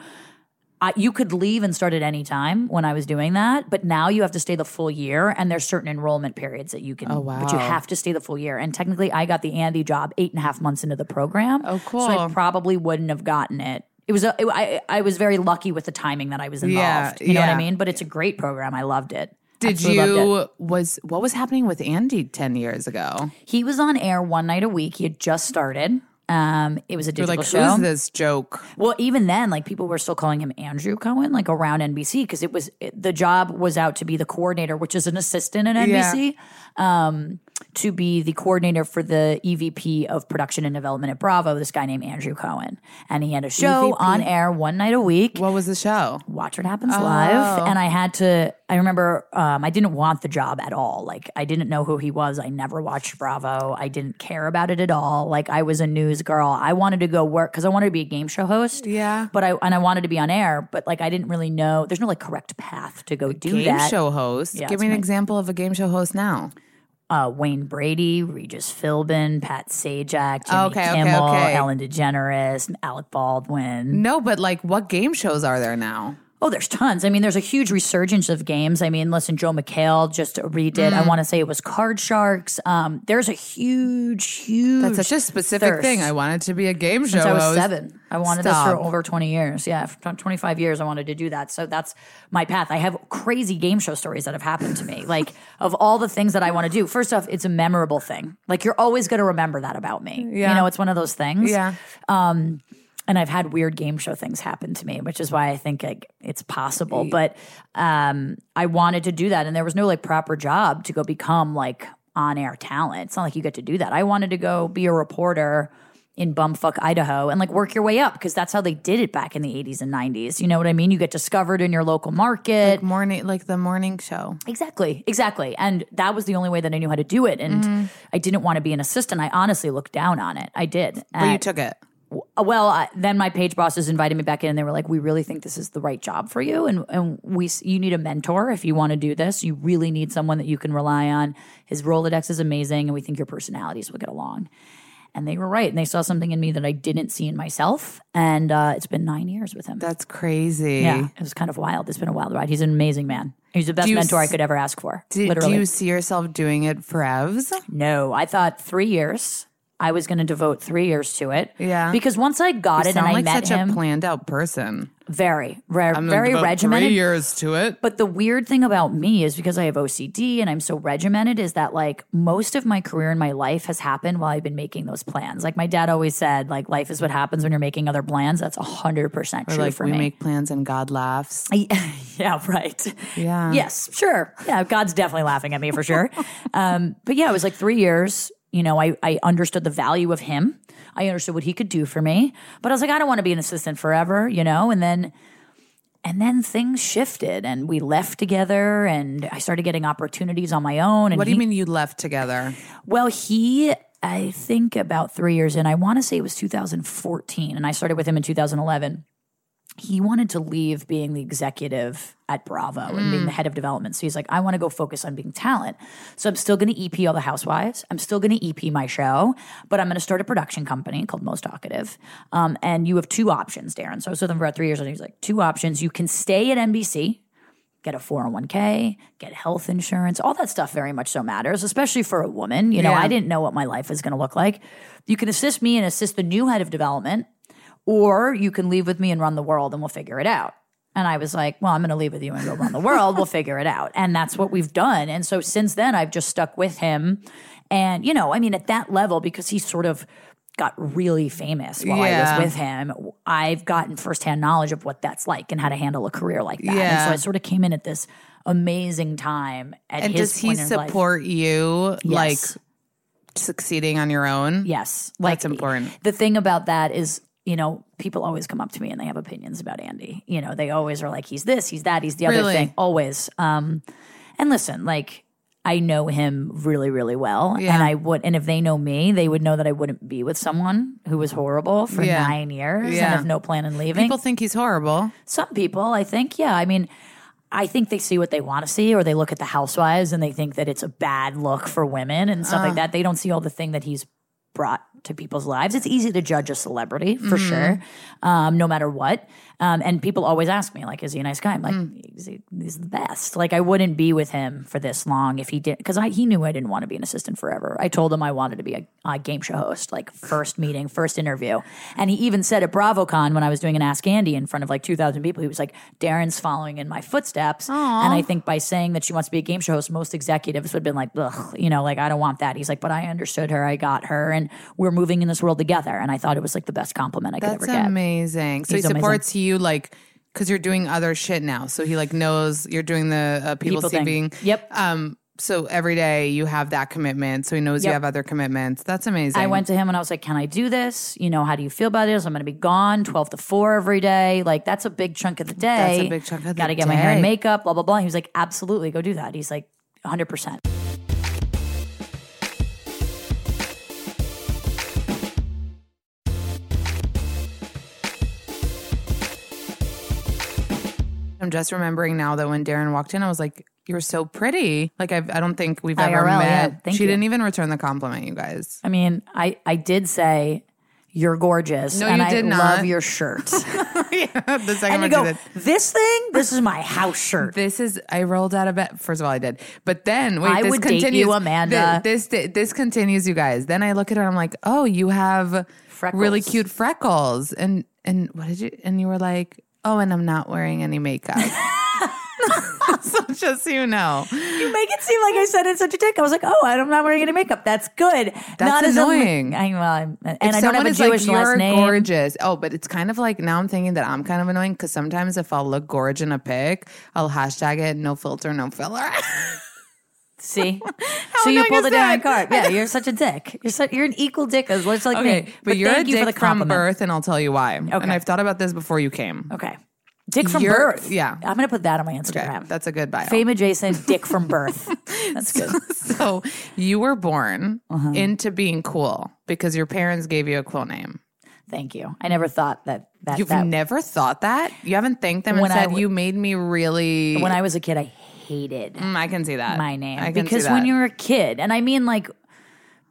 Speaker 3: I, you could leave and start at any time when I was doing that. But now you have to stay the full year, and there's certain enrollment periods that you can. Oh But you
Speaker 2: wow.
Speaker 3: have to stay the full year, and technically, I got the Andy job eight and a half months into the program. Oh,
Speaker 2: cool.
Speaker 3: So I probably wouldn't have gotten it. It was a, it, I, I was very lucky with the timing that I was
Speaker 2: Yeah,
Speaker 3: involved. you know what I
Speaker 2: yeah.
Speaker 3: mean? But it's a great program. I loved it.
Speaker 2: Did
Speaker 3: Absolutely loved it.
Speaker 2: you was what was happening with Andy ten years ago?
Speaker 3: He was on air one night a week. He had just started. Um, it was a
Speaker 2: You're
Speaker 3: digital
Speaker 2: like,
Speaker 3: show.
Speaker 2: who's this joke?
Speaker 3: Well, even then, like people were still calling him Andrew Cohen, like around NBC, because it was it, the job was out to be the coordinator, which is an assistant at NBC, um, to be the coordinator for the EVP of production and development at Bravo. This guy named Andrew Cohen, and he had a
Speaker 2: E
Speaker 3: show on air one night a week.
Speaker 2: What was the show?
Speaker 3: Watch What Happens Live.
Speaker 2: Oh.
Speaker 3: And I had to, I remember um, I didn't want the job at all. Like, I didn't know who he was. I never watched Bravo. I didn't care about it at all. Like, I was a news girl. I wanted to go work because I wanted to be a game show host.
Speaker 2: Yeah.
Speaker 3: But I, and I wanted to be on air, but like, I didn't really know. There's no like correct path to go do
Speaker 2: Game
Speaker 3: that.
Speaker 2: show host.
Speaker 3: Yeah,
Speaker 2: Give
Speaker 3: it's
Speaker 2: me an
Speaker 3: my-
Speaker 2: example of a game show host now.
Speaker 3: Uh, Wayne Brady, Regis Philbin, Pat Sajak, Jimmy
Speaker 2: Okay, okay,
Speaker 3: Kimmel,
Speaker 2: okay.
Speaker 3: Ellen DeGeneres, Alec Baldwin.
Speaker 2: No, but like, what game shows are there now?
Speaker 3: Oh, there's tons. I mean, there's a huge resurgence of games. I mean, listen, Joe McHale just redid.
Speaker 2: Mm.
Speaker 3: I want to say it was Card Sharks. Um, there's a huge, huge.
Speaker 2: That's such a specific
Speaker 3: thirst.
Speaker 2: thing. I wanted to be a game show
Speaker 3: Since I was
Speaker 2: host.
Speaker 3: seven, I wanted this
Speaker 2: Stop.
Speaker 3: for over 20 years. Yeah, for 25 years, I wanted to do that. So that's my path. I have crazy game show stories that have happened to me. like of all the things that I want to do, first off, it's a memorable thing. Like you're always going to remember that about me. You know, it's one of those things.
Speaker 2: Yeah.
Speaker 3: and I've had weird game show things happen to me, which is why I think like it's possible. But um, I wanted to do that, and there was no like proper job to go become like on air talent. It's not like you get to do that. I wanted to go be a reporter in bumfuck Idaho and like work your way up because that's how they did it back in the 80s and 90s. You know what I mean? You get discovered in your local market.
Speaker 2: morning, like the morning show.
Speaker 3: Exactly, exactly. And that was the only way that I knew how to do it. And
Speaker 2: Mm-hmm.
Speaker 3: I didn't want to be an assistant. I honestly looked down on it. I did.
Speaker 2: But Oh, you
Speaker 3: And-
Speaker 2: took it.
Speaker 3: Uh, well, I, then my page bosses invited me back in, and they were like, "We really think this is the right job for you, and and we s- you need a mentor if you want to do this. You really need someone that you can rely on. His Rolodex is amazing, and we think your personalities will get along." And they were right, and they saw something in me that I didn't see in myself. And uh, it's been nine years with him.
Speaker 2: That's crazy.
Speaker 3: yeah, it was kind of wild. It's been a wild ride. He's an amazing man. He's the best
Speaker 2: Do you
Speaker 3: mentor I
Speaker 2: s-
Speaker 3: could ever ask for.
Speaker 2: Do, do
Speaker 3: literally.
Speaker 2: you see yourself doing it forever?
Speaker 3: No, I thought three years. I was going to devote three years to it.
Speaker 2: Yeah.
Speaker 3: because once I got
Speaker 2: You
Speaker 3: it and
Speaker 2: sound
Speaker 3: I
Speaker 2: like
Speaker 3: met
Speaker 2: such
Speaker 3: him,
Speaker 2: a planned out person.
Speaker 3: very, very,
Speaker 2: I'm gonna
Speaker 3: very
Speaker 2: devote
Speaker 3: regimented.
Speaker 2: Three years to it.
Speaker 3: But the weird thing about me is because I have OCD and I'm so regimented, is that like most of my career and my life has happened while I've been making those plans. Like my dad always said, like life is what happens when you're making other plans. That's hundred percent
Speaker 2: Or
Speaker 3: true
Speaker 2: like
Speaker 3: for
Speaker 2: we
Speaker 3: me.
Speaker 2: make plans and God laughs.
Speaker 3: yeah, right.
Speaker 2: Yeah.
Speaker 3: Yes, sure. Yeah, God's definitely laughing at me for sure. Um, but yeah, it was like three years. You know, I, I understood the value of him. I understood what he could do for me. But I was like, I don't want to be an assistant forever, you know? And then and then things shifted and we left together and I started getting opportunities on my own. And
Speaker 2: What do you
Speaker 3: he-
Speaker 2: mean you left together?
Speaker 3: Well, he I think about three years in, I want to say it was 2014, and I started with him in 2011 he wanted to leave being the executive at Bravo and being the head of development. So he's like, I want to go focus on being talent. So I'm still going to EP all the housewives. I'm still going to EP my show, but I'm going to start a production company called Most Talkative. Um, and you have two options, Darren. So I was with him for about three years, and he's like, two options. You can stay at NBC. Get a 401k, get health insurance, all that stuff very much so matters, especially for a woman. You know,
Speaker 2: Yeah.
Speaker 3: I didn't know what my life was going to look like. You can assist me and assist the new head of development, or you can leave with me and run the world and we'll figure it out. And I was like, well, I'm going to leave with you and go run the world. We'll figure it out. And that's what we've done. And so since then, I've just stuck with him. And, you know, I mean, at that level, because he sort of got really famous while I
Speaker 2: Yeah.
Speaker 3: was with him, I've gotten firsthand knowledge of what that's like and how to handle a career like that. And
Speaker 2: Yeah.
Speaker 3: so I sort of came in at this amazing time. At
Speaker 2: And
Speaker 3: his
Speaker 2: does he
Speaker 3: point in his life.
Speaker 2: support you like
Speaker 3: Yes.
Speaker 2: succeeding on your own?
Speaker 3: Yes.
Speaker 2: That's important.
Speaker 3: The thing about that is, you know, people always come up to me and they have opinions about Andy. You know, they always are like, he's this, he's that, he's the other
Speaker 2: Really?
Speaker 3: thing. Always. Um, and listen, like, I know him really, really well. And I would and if they know me, they would know that I wouldn't be with someone who was horrible for
Speaker 2: Yeah.
Speaker 3: nine years and
Speaker 2: Yeah.
Speaker 3: have no plan in leaving.
Speaker 2: People think he's horrible.
Speaker 3: Some people, I think, yeah. I mean, I think they see what they want to see, or they look at the housewives and they think that it's a bad look for women and stuff like that. They don't see all the thing that he's brought to people's lives. It's easy to judge a celebrity for sure, um, no matter what. Um, and people always ask me, like, is he a nice guy? I'm like, he's, he's the best. Like, I wouldn't be with him for this long if he did, because he knew I didn't want to be an assistant forever. I told him I wanted to be a, a game show host, like first meeting, first interview. And he even said at BravoCon when I was doing an Ask Andy in front of like 2,000 people, he was like, Darren's following in my footsteps. And I think by saying that she wants to be a game show host, most executives would have been like, ugh, you know, like, I don't want that. He's like, but I understood her. I got her. And we're moving in this world together. And I thought it was like the best compliment I could
Speaker 2: That's
Speaker 3: ever get.
Speaker 2: amazing. So
Speaker 3: He's
Speaker 2: he
Speaker 3: amazing.
Speaker 2: supports you like because you're doing other shit now. So he like knows you're doing the uh, people,
Speaker 3: People thing.
Speaker 2: saving.
Speaker 3: Yep.
Speaker 2: Um. So every day you have that commitment. So he knows you
Speaker 3: Yep.
Speaker 2: have other commitments. That's amazing.
Speaker 3: I went to him and I was like, "Can I do this? You know, how do you feel about this? I'm going to be gone twelve to four every day. Like that's a big chunk of the day.
Speaker 2: big chunk of the
Speaker 3: Got to get my hair and
Speaker 2: day."
Speaker 3: makeup. Blah blah blah." He was like, "Absolutely, go do that." He's like, "100 percent."
Speaker 2: I'm just remembering now that when Darren walked in, I was like, "You're so pretty." Like I've, I don't think we've ever
Speaker 3: IRL, yeah.
Speaker 2: met.
Speaker 3: Thank
Speaker 2: she
Speaker 3: you.
Speaker 2: didn't even return the compliment, you guys.
Speaker 3: I mean, I I did say you're gorgeous,
Speaker 2: No,
Speaker 3: and
Speaker 2: you
Speaker 3: I
Speaker 2: did
Speaker 3: love
Speaker 2: not.
Speaker 3: your shirt.
Speaker 2: the second
Speaker 3: and you
Speaker 2: one
Speaker 3: go,
Speaker 2: she did.
Speaker 3: "This thing, this is my house shirt."
Speaker 2: This is I rolled out of bed. First of all, I did, but then wait,
Speaker 3: I
Speaker 2: this
Speaker 3: would date you,
Speaker 2: continues,
Speaker 3: Amanda.
Speaker 2: Thi- This, this continues, you guys. Then I look at her. I'm like, oh, you have really
Speaker 3: Freckles.
Speaker 2: cute freckles, and and what did you? And you were like, oh, and I'm not wearing any makeup. so just so you know,
Speaker 3: You make it seem like I said it's such a dick. I was like, "Oh, I'm not wearing any makeup. That's good." That's
Speaker 2: annoying.
Speaker 3: I, well, I'm, and
Speaker 2: If
Speaker 3: I don't have
Speaker 2: someone
Speaker 3: a
Speaker 2: is like,
Speaker 3: Jewish last
Speaker 2: "You're
Speaker 3: name.
Speaker 2: Gorgeous. Oh, but it's kind of like now I'm thinking that I'm kind of annoying because sometimes if I'll look gorgeous in a pic, I'll hashtag it no filter, no filler.
Speaker 3: See, so you
Speaker 2: annoying
Speaker 3: pulled
Speaker 2: is
Speaker 3: it down on
Speaker 2: that?
Speaker 3: card. Yeah, you're such a dick. You're such, you're an equal dick as much like
Speaker 2: Okay,
Speaker 3: me.
Speaker 2: but, you're a
Speaker 3: thank you
Speaker 2: dick
Speaker 3: for the
Speaker 2: from
Speaker 3: compliment.
Speaker 2: birth, and I'll tell you why.
Speaker 3: Okay.
Speaker 2: And I've thought about this before you came.
Speaker 3: Okay, dick from
Speaker 2: You're-
Speaker 3: birth.
Speaker 2: yeah.
Speaker 3: I'm gonna put that on my
Speaker 2: Okay,
Speaker 3: Instagram.
Speaker 2: that's a good bio.
Speaker 3: Fame adjacent, dick from birth. That's good.
Speaker 2: so you were born
Speaker 3: Uh-huh.
Speaker 2: into being cool because your parents gave you a cool name.
Speaker 3: Thank you. I never thought that that,
Speaker 2: You've
Speaker 3: that
Speaker 2: never thought that? You haven't thanked them and
Speaker 3: When I
Speaker 2: said
Speaker 3: w-
Speaker 2: you made me really.
Speaker 3: when I was a kid, I hated
Speaker 2: Mm, I can see that.
Speaker 3: my name
Speaker 2: I can see
Speaker 3: because when
Speaker 2: that.
Speaker 3: you're a kid, and I mean like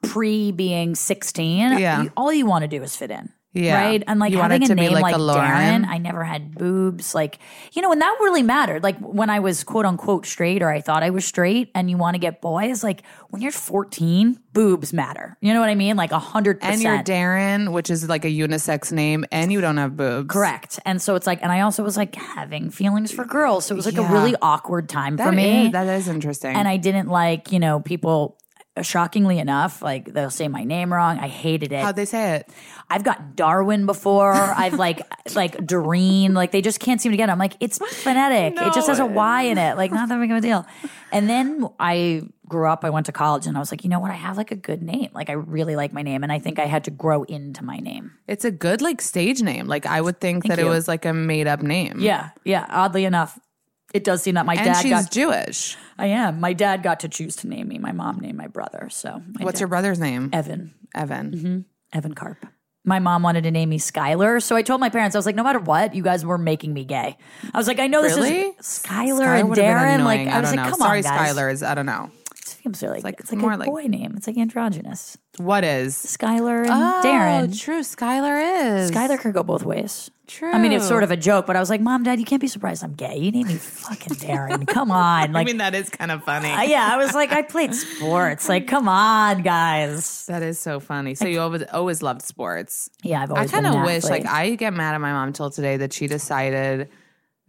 Speaker 3: pre being 16,
Speaker 2: Yeah.
Speaker 3: you- all you want to do is fit in.
Speaker 2: Yeah.
Speaker 3: Right. And like
Speaker 2: You
Speaker 3: having
Speaker 2: wanted to
Speaker 3: a
Speaker 2: be
Speaker 3: name
Speaker 2: like
Speaker 3: like,
Speaker 2: a Lauren.
Speaker 3: Darren, I never had boobs. Like, you know, and that really mattered. Like when I was quote unquote straight or I thought I was straight and you want to get boys, like when you're 14, boobs matter. You know what I mean? Like a hundred
Speaker 2: and
Speaker 3: percent.
Speaker 2: you're Darren, which is like a unisex name, and you don't have boobs.
Speaker 3: Correct. And so it's like, and I also was like having feelings for girls. So it was like
Speaker 2: Yeah.
Speaker 3: a really awkward time
Speaker 2: That
Speaker 3: for me.
Speaker 2: is- that is interesting.
Speaker 3: and I didn't like, you know, people shockingly enough, like they'll say my name wrong. I hated it.
Speaker 2: How'd they say it?
Speaker 3: I've got Darwin before. I've like like Doreen. Like they just can't seem to get it. I'm like, it's phonetic. It just has a Y in it. Like not that big of a deal. And then I grew up, I went to college and I was like, you know what? I have like a good name. Like I really like my name. And I think I had to grow into my name.
Speaker 2: It's a good like stage name. Like I would think that it
Speaker 3: you.
Speaker 2: was like a made up name.
Speaker 3: Yeah. Yeah. Oddly enough. It does seem that my
Speaker 2: And
Speaker 3: dad
Speaker 2: she's
Speaker 3: got
Speaker 2: Jewish.
Speaker 3: I am. My dad got to choose to name me. My mom named my brother. So my
Speaker 2: What's
Speaker 3: dad-
Speaker 2: your brother's name?
Speaker 3: Evan?
Speaker 2: Evan.
Speaker 3: Evan Carp. My mom wanted to name me Skylar, so I told my parents I was like, no matter what, you guys were making me gay. I was like, I know this
Speaker 2: Really?
Speaker 3: is Skylar
Speaker 2: Skylar
Speaker 3: and
Speaker 2: would have been
Speaker 3: Darren. Like
Speaker 2: annoying.
Speaker 3: I was
Speaker 2: don't
Speaker 3: like,
Speaker 2: know.
Speaker 3: come
Speaker 2: Sorry,
Speaker 3: on, guys.
Speaker 2: Skylar is I don't know
Speaker 3: It seems like it's like,
Speaker 2: like-
Speaker 3: a
Speaker 2: more like-
Speaker 3: boy name. It's like androgynous.
Speaker 2: what is
Speaker 3: Skylar and
Speaker 2: Oh,
Speaker 3: Darren.
Speaker 2: True, Skylar is
Speaker 3: Oh, Skylar could go both ways.
Speaker 2: True.
Speaker 3: I mean, it's sort of a joke, but I was like, Mom, Dad, you can't be surprised I'm gay. You named me fucking Darren. Come on,
Speaker 2: I
Speaker 3: like.
Speaker 2: mean, that is kind of funny.
Speaker 3: uh, yeah, I was like, I played sports. Like, come on, guys.
Speaker 2: that is so funny. So you always always loved sports.
Speaker 3: Yeah, I've
Speaker 2: I
Speaker 3: always
Speaker 2: kind
Speaker 3: been
Speaker 2: of
Speaker 3: an
Speaker 2: wish, like,
Speaker 3: athlete.
Speaker 2: I get mad at my mom till today that she decided.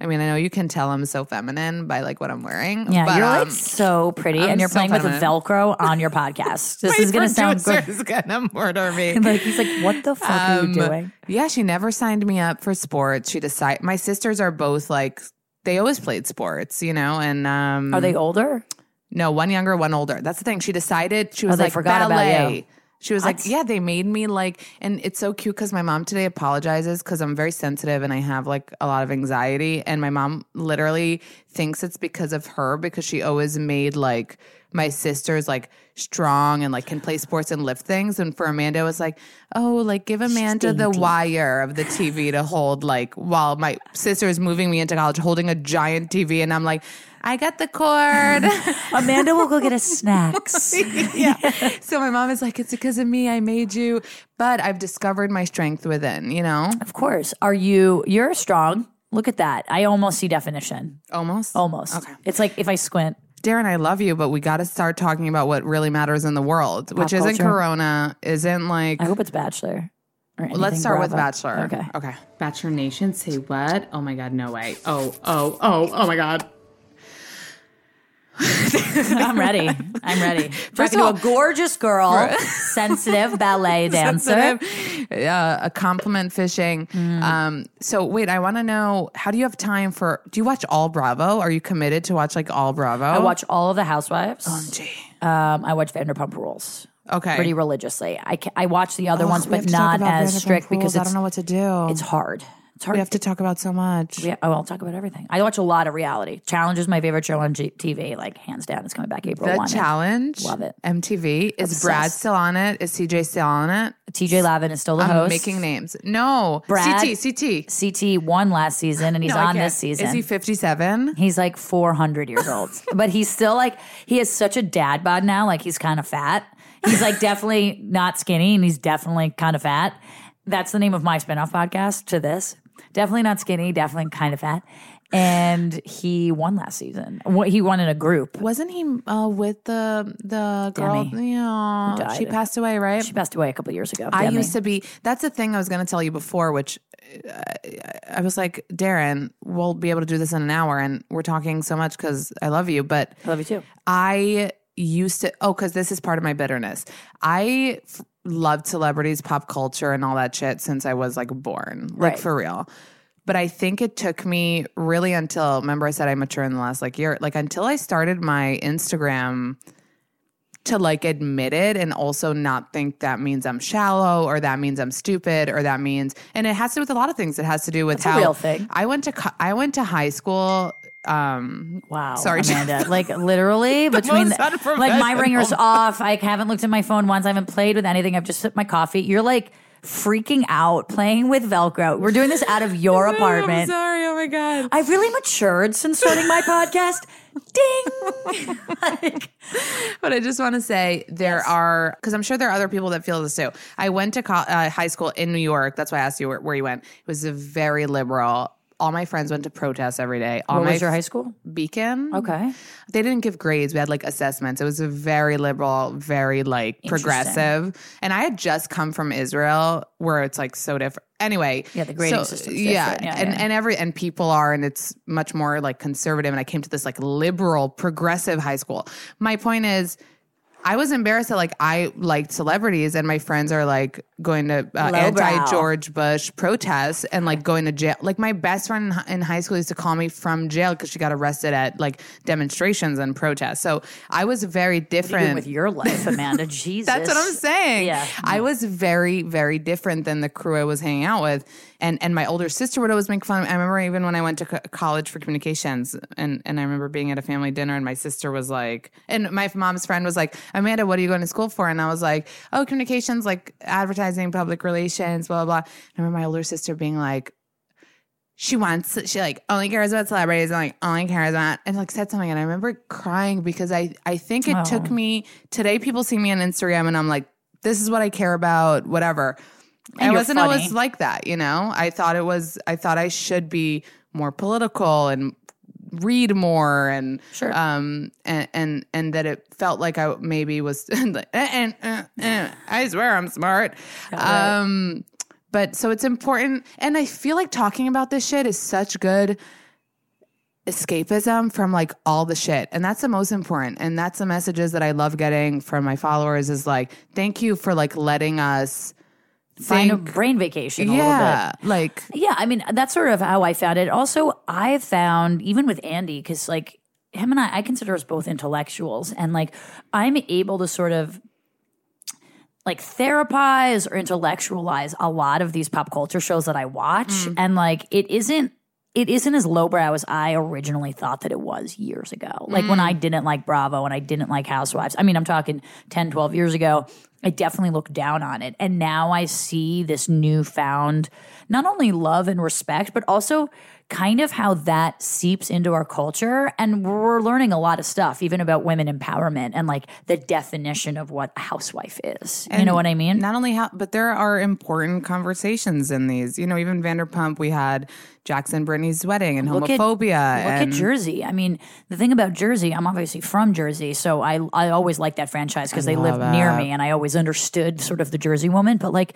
Speaker 2: I mean, I know you can tell I'm so feminine by like what I'm wearing.
Speaker 3: Yeah,
Speaker 2: but,
Speaker 3: you're like
Speaker 2: um,
Speaker 3: so pretty,
Speaker 2: I'm
Speaker 3: and you're
Speaker 2: so
Speaker 3: playing with
Speaker 2: feminine.
Speaker 3: Velcro on your podcast. This
Speaker 2: my
Speaker 3: is gonna sound
Speaker 2: producer
Speaker 3: good.
Speaker 2: Is gonna murder me.
Speaker 3: Like he's like, what the fuck are you
Speaker 2: Um,
Speaker 3: doing?
Speaker 2: Yeah, she never signed me up for sports. She decided my sisters are both like they always played sports, you know, and um
Speaker 3: Are they older?
Speaker 2: no one younger, one older. That's the thing. She decided she was
Speaker 3: Oh, they
Speaker 2: like
Speaker 3: forgot about
Speaker 2: ballet.
Speaker 3: you.
Speaker 2: She was like, yeah, they made me like, and it's so cute because my mom today apologizes because I'm very sensitive and I have like a lot of anxiety. And my mom literally thinks it's because of her because she always made like my sisters like strong and like can play sports and lift things. And for Amanda, it was like, oh, like give Amanda the wire of the TV to hold, like while my sister is moving me into college holding a giant TV. And I'm like, I got the cord.
Speaker 3: Amanda will go get us snacks.
Speaker 2: yeah. So my mom is like, it's because of me. I made you, but I've discovered my strength within, you know?
Speaker 3: of course. Are you? You're strong. Look at that. I almost see definition.
Speaker 2: Almost.
Speaker 3: Almost. It's like if I squint.
Speaker 2: Darren, I love you, but we got to start talking about what really matters in the world, which isn't
Speaker 3: culture.
Speaker 2: Corona, isn't like.
Speaker 3: I hope it's Bachelor. or
Speaker 2: Let's
Speaker 3: anything
Speaker 2: start with
Speaker 3: Bravo.
Speaker 2: Bachelor.
Speaker 3: Okay.
Speaker 2: Okay. Bachelor Nation, say what? Oh my God, no way. Oh, oh, oh, oh my God.
Speaker 3: I'm ready. I'm ready.
Speaker 2: First
Speaker 3: Talking
Speaker 2: of
Speaker 3: to
Speaker 2: all-
Speaker 3: a gorgeous girl, sensitive ballet dancer.
Speaker 2: Yeah, uh, a compliment fishing.
Speaker 3: Mm.
Speaker 2: Um, so wait, I want to know how do you have time for? Do you watch all Bravo? Are you committed to watch like all Bravo?
Speaker 3: I watch all of the Housewives. Um, I watch Vanderpump Rules
Speaker 2: Okay.
Speaker 3: pretty religiously. I ca- I watch the other
Speaker 2: Ugh,
Speaker 3: ones,
Speaker 2: Oh, we
Speaker 3: but
Speaker 2: have to talk
Speaker 3: not
Speaker 2: about
Speaker 3: as
Speaker 2: Vanderpump
Speaker 3: strict because
Speaker 2: Rules. I
Speaker 3: it's
Speaker 2: don't know what to do.
Speaker 3: it's hard. It's hard.
Speaker 2: we have to talk about so much.
Speaker 3: Yeah, oh, I'll talk about everything. I watch a lot of reality. Challenge is my favorite show on G- TV. Like hands down, it's coming back April
Speaker 2: The
Speaker 3: 1.
Speaker 2: challenge.
Speaker 3: Love it.
Speaker 2: MTV. Is Brad still on it? Is CJ still on it?
Speaker 3: TJ Lavin is still the
Speaker 2: I'm
Speaker 3: host.
Speaker 2: making names. No.
Speaker 3: Brad-
Speaker 2: CT. CT.
Speaker 3: CT won last season, and he's
Speaker 2: No, I
Speaker 3: on
Speaker 2: can't.
Speaker 3: this season.
Speaker 2: Is he 57?
Speaker 3: He's like 400 years old, but he's still like, he has such a dad bod now. Like, he's kind of fat. He's like definitely not skinny and he's definitely kind of fat. That's the name of my spinoff podcast to this. Definitely not skinny, definitely kind of fat. And he won last season. Wh- He won in a group.
Speaker 2: Wasn't he uh, with the the girl?
Speaker 3: Demi,
Speaker 2: Yeah.
Speaker 3: died.
Speaker 2: She passed away, right?
Speaker 3: She passed away a couple years ago.
Speaker 2: I
Speaker 3: Demi.
Speaker 2: used to be. That's the thing I was going to tell you before, which uh, I was like, Darren, we'll be able to do this in an hour, and we're talking so much because I love you, but
Speaker 3: I love you too.
Speaker 2: I used to oh cuz this is part of my bitterness. I f- loved celebrities, pop culture and all that shit since I was like born. Like
Speaker 3: Right.
Speaker 2: for real. But I think it took me really until, remember, I said I matured in the last like year, like until I started my Instagram to like admit it and also not think that means I'm shallow or that means I'm stupid or that means and it has to do with a lot of things. It has to do with
Speaker 3: a
Speaker 2: how
Speaker 3: real thing.
Speaker 2: I went to co- I went to high school. Um,
Speaker 3: Wow,
Speaker 2: Sorry,
Speaker 3: Amanda. like literally between
Speaker 2: most unprofessional.
Speaker 3: like my ringer's off. I haven't looked at my phone once. I haven't played with anything. I've just sipped my coffee. You're like freaking out, playing with Velcro. We're doing this out of your apartment.
Speaker 2: sorry. Oh my god.
Speaker 3: I've really matured since starting my podcast. Ding. like,
Speaker 2: But I just want to say there are because I'm sure there are other people that feel this too. I went to co- uh, high school in New York. That's why I asked you where, where you went. It was a very liberal. All my friends went to protests every day. All
Speaker 3: what
Speaker 2: my
Speaker 3: was your high school?
Speaker 2: Beacon.
Speaker 3: Okay.
Speaker 2: They didn't give grades. We had like assessments. It was a very liberal, very like progressive. And I had just come from Israel where it's like so different. Anyway.
Speaker 3: Yeah, the grading
Speaker 2: so-
Speaker 3: system's
Speaker 2: Yeah.
Speaker 3: different. Yeah,
Speaker 2: and,
Speaker 3: yeah.
Speaker 2: and every and people are and it's much more like conservative. And I came to this like liberal, progressive high school. My point is I was embarrassed that like I liked celebrities and my friends are like going to uh,
Speaker 3: Lowbrow.
Speaker 2: anti George Bush protests and like going to jail. Like my best friend in hi- in high school used to call me from jail because she got arrested at like demonstrations and protests. So I was very
Speaker 3: Doing
Speaker 2: different.
Speaker 3: with your life, Amanda. Jesus.
Speaker 2: That's what I'm saying.
Speaker 3: Yeah.
Speaker 2: I was very, very different than the crew I was hanging out with. And and my older sister would always make fun of me. I remember even when I went to co- college for communications and, and I remember being at a family dinner and my sister was like, and my mom's friend was like, Amanda, what are you going to school for? And I was like, oh, communications, like advertising, public relations, blah, blah, blah. And I remember my older sister being like, she wants she like only cares about celebrities and like only cares about and like said something and I remember crying because I I think it took
Speaker 3: Oh.
Speaker 2: me today people see me on Instagram and I'm like this is what I care about whatever
Speaker 3: And
Speaker 2: I
Speaker 3: you're
Speaker 2: wasn't always
Speaker 3: funny.
Speaker 2: like that you know I thought it was I thought I should be more political and read more and
Speaker 3: Sure.
Speaker 2: um and and and that it felt like I maybe was and, and uh, uh, I swear I'm smart
Speaker 3: right.
Speaker 2: um but so it's important and I feel like talking about this shit is such good escapism from like all the shit and that's the most important and that's the messages that I love getting from my followers is like thank you for like letting us
Speaker 3: Find a
Speaker 2: think
Speaker 3: brain vacation a little bit.
Speaker 2: yeah like
Speaker 3: Yeah, I mean that's sort of how I found it. Also, I found even with Andy because like him and I, I consider us both intellectuals, and like I'm able to sort of like therapize or intellectualize a lot of these pop culture shows that I watch, and like it isn't. It isn't as lowbrow as I originally thought that it was years ago. Like when I didn't like Bravo and I didn't like Housewives. I mean, I'm talking 10, 12 years ago. I definitely looked down on it. And now I see this newfound, not only love and respect, but also kind of how that seeps into our culture. And we're learning a lot of stuff, even about women empowerment and like the definition of what a housewife is. you know what I mean?
Speaker 2: Not only how, but there are important conversations in these. You know, even Vanderpump, we had Jackson Brittany's wedding and
Speaker 3: Look at-
Speaker 2: homophobia.
Speaker 3: Look
Speaker 2: and
Speaker 3: at Jersey. I mean, the thing about Jersey, I'm obviously from Jersey, so I I always liked that franchise because they lived near me, and I always understood sort of the Jersey woman. But like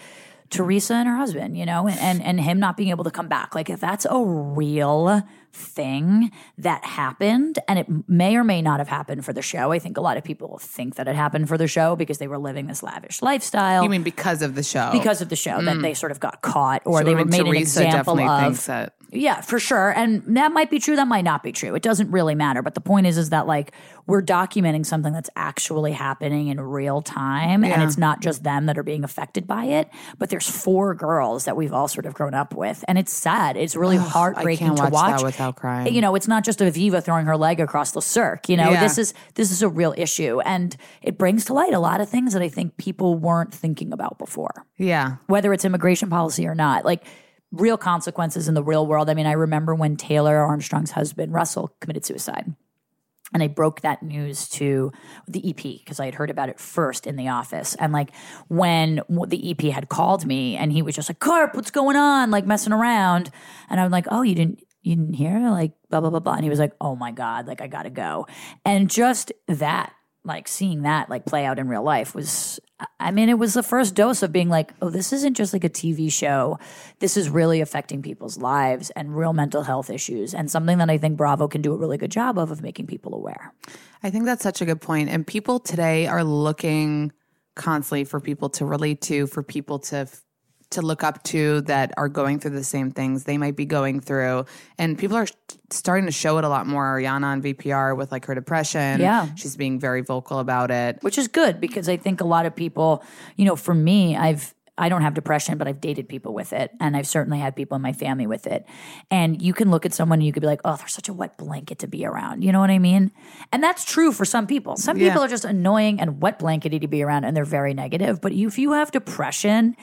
Speaker 3: Teresa and her husband, you know, and, and and him not being able to come back, like if that's a real thing that happened, and it may or may not have happened for the show. I think a lot of people think that it happened for the show because they were living this lavish lifestyle.
Speaker 2: you mean because of the show?
Speaker 3: because of the show that they sort of got caught or they were made an
Speaker 2: Teresa
Speaker 3: example
Speaker 2: definitely
Speaker 3: of
Speaker 2: thinks that.
Speaker 3: yeah, for sure. And that might be true, that might not be true. It doesn't really matter. But the point is is that like we're documenting something that's actually happening in real time. And it's not just them that are being affected by it, but there's four girls that we've all sort of grown up with. And it's sad. It's really heartbreaking
Speaker 2: can't
Speaker 3: to
Speaker 2: watch
Speaker 3: watch.
Speaker 2: that without crying.
Speaker 3: You know, it's not just Aviva throwing her leg across the cirque. You know,
Speaker 2: Yeah.
Speaker 3: this is this is a real issue. And it brings to light a lot of things that I think people weren't thinking about before
Speaker 2: Yeah,
Speaker 3: whether it's immigration policy or not, like real consequences in the real world. I mean, I remember when Taylor Armstrong's husband, Russell, committed suicide. And I broke that news to the EP because I had heard about it first in the office. And like when w- the EP had called me and he was just like, Carp, what's going on? Like messing around. And I'm like, oh, you didn't. You didn't hear like blah blah blah blah, and he was like, "Oh my god, like I gotta go," and just that, like seeing that like play out in real life was I mean, it was the first dose of being like, oh, this isn't just like a TV show. This is really affecting people's lives and real mental health issues, and something that I think Bravo can do a really good job of of making people aware.
Speaker 2: I think that's such a good point. And people today are looking constantly for people to relate to, for people to f- to look up to that are going through the same things they might be going through. And people are sh- starting to show it a lot more. Ariana on VPR with like her depression.
Speaker 3: Yeah.
Speaker 2: She's being very vocal about it.
Speaker 3: which is good because I think a lot of people, you know, for me, I've I don't have depression, but I've dated people with it, and I've certainly had people in my family with it. And you can look at someone and you could be like, "Oh, they're such a wet blanket to be around." You know what I mean? And that's true for some people. Some people are just annoying and wet blankety to be around, and they're very negative. But if you have depression,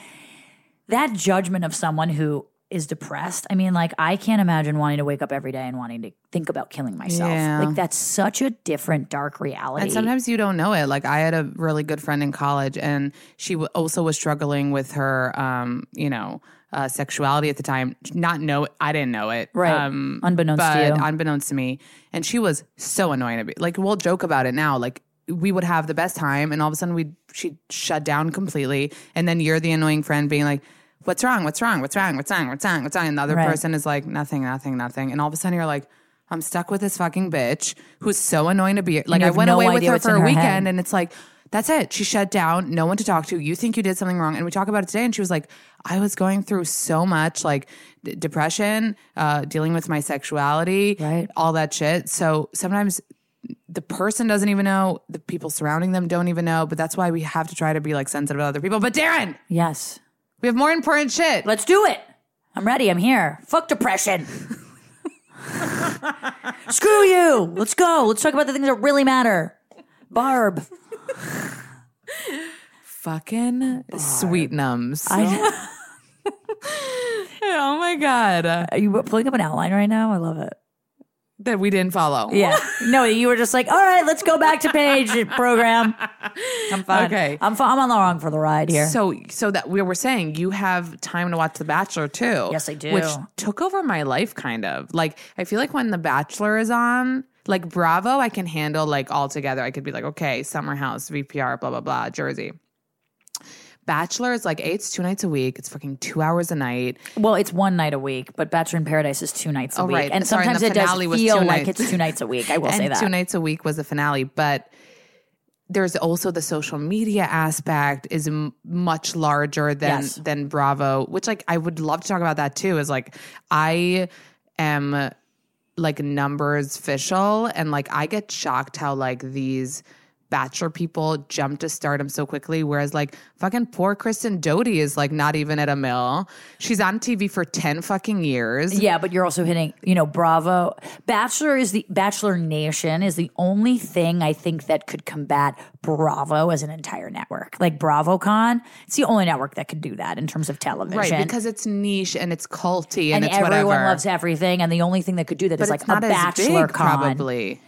Speaker 3: that judgment of someone who is depressed. I mean, like I can't imagine wanting to wake up every day and wanting to think about killing myself.
Speaker 2: Yeah.
Speaker 3: Like that's such a different dark reality.
Speaker 2: And sometimes you don't know it. Like I had a really good friend in college, and she w- also was struggling with her, um, you know, uh, sexuality at the time. Not know I didn't know it,
Speaker 3: Right.
Speaker 2: Um,
Speaker 3: Unbeknownst to
Speaker 2: but
Speaker 3: you.
Speaker 2: unbeknownst to me, and she was so annoying. to me. Like we'll joke about it now. Like we would have the best time, and all of a sudden we would she'd shut down completely, and then you're the annoying friend being like. What's wrong? What's wrong? What's wrong? What's wrong? What's wrong? What's wrong? And the other
Speaker 3: Right.
Speaker 2: person is like, nothing, nothing, nothing. And all of a sudden you're like, I'm stuck with this fucking bitch who's so annoying to be like. I
Speaker 3: you have
Speaker 2: went
Speaker 3: no
Speaker 2: away with
Speaker 3: idea
Speaker 2: her
Speaker 3: what's
Speaker 2: for
Speaker 3: in
Speaker 2: a
Speaker 3: her
Speaker 2: weekend,
Speaker 3: head.
Speaker 2: and it's like, that's it. She shut down. No one to talk to. You think you did something wrong, and we talk about it today. And she was like, I was going through so much, like d- depression, uh, dealing with my sexuality,
Speaker 3: Right.
Speaker 2: all that shit. So sometimes the person doesn't even know. The people surrounding them don't even know. But that's why we have to try to be like sensitive to other people. But Darren,
Speaker 3: yes.
Speaker 2: we have more important shit.
Speaker 3: Let's do it. I'm ready. I'm here. Fuck depression. Screw you. Let's go. Let's talk about the things that really matter. Barb.
Speaker 2: Fucking sweet nums. oh my god,
Speaker 3: Are you pulling up an outline right now? I love it.
Speaker 2: that we didn't follow.
Speaker 3: Yeah. No, you were just like, all right, let's go back to page program. I'm fine.
Speaker 2: Okay.
Speaker 3: I'm, fi- I'm on the wrong for the ride here.
Speaker 2: So, so that we were saying you have time to watch The Bachelor too.
Speaker 3: Yes, I do.
Speaker 2: Which took over my life, kind of. Like I feel like when The Bachelor is on, like Bravo, I can handle like all together. I could be like, okay, Summer House, VPR, blah blah blah, Jersey. Bachelor is like, hey, it's two nights a week. It's fucking two hours a night.
Speaker 3: well, it's one night a week, but Bachelor in Paradise is two nights a
Speaker 2: Oh,
Speaker 3: week.
Speaker 2: right.
Speaker 3: And
Speaker 2: Sorry, and
Speaker 3: sometimes
Speaker 2: the
Speaker 3: it does
Speaker 2: finale was
Speaker 3: feel
Speaker 2: two
Speaker 3: like
Speaker 2: nights.
Speaker 3: it's two nights a week. I will
Speaker 2: and
Speaker 3: say that.
Speaker 2: two nights a week was the finale, but there's also the social media aspect is m- much larger than
Speaker 3: Yes.
Speaker 2: than Bravo, which like I would love to talk about that too. Is like I am like numbers official, and like I get shocked how like these. Bachelor people jump to stardom so quickly, whereas like fucking poor Kristen Doty is like not even at a mill. She's on TV for ten fucking years.
Speaker 3: Yeah, but you're also hitting, you know, Bravo. Bachelor is the Bachelor Nation is the only thing I think that could combat Bravo as an entire network. Like BravoCon, it's the only network that could do that in terms of television.
Speaker 2: Right, because it's niche and it's culty and,
Speaker 3: and
Speaker 2: it's
Speaker 3: everyone
Speaker 2: whatever.
Speaker 3: loves everything, and the only thing that could do that is
Speaker 2: But
Speaker 3: like
Speaker 2: it's
Speaker 3: a
Speaker 2: not as
Speaker 3: bachelor
Speaker 2: big,
Speaker 3: con.
Speaker 2: probably.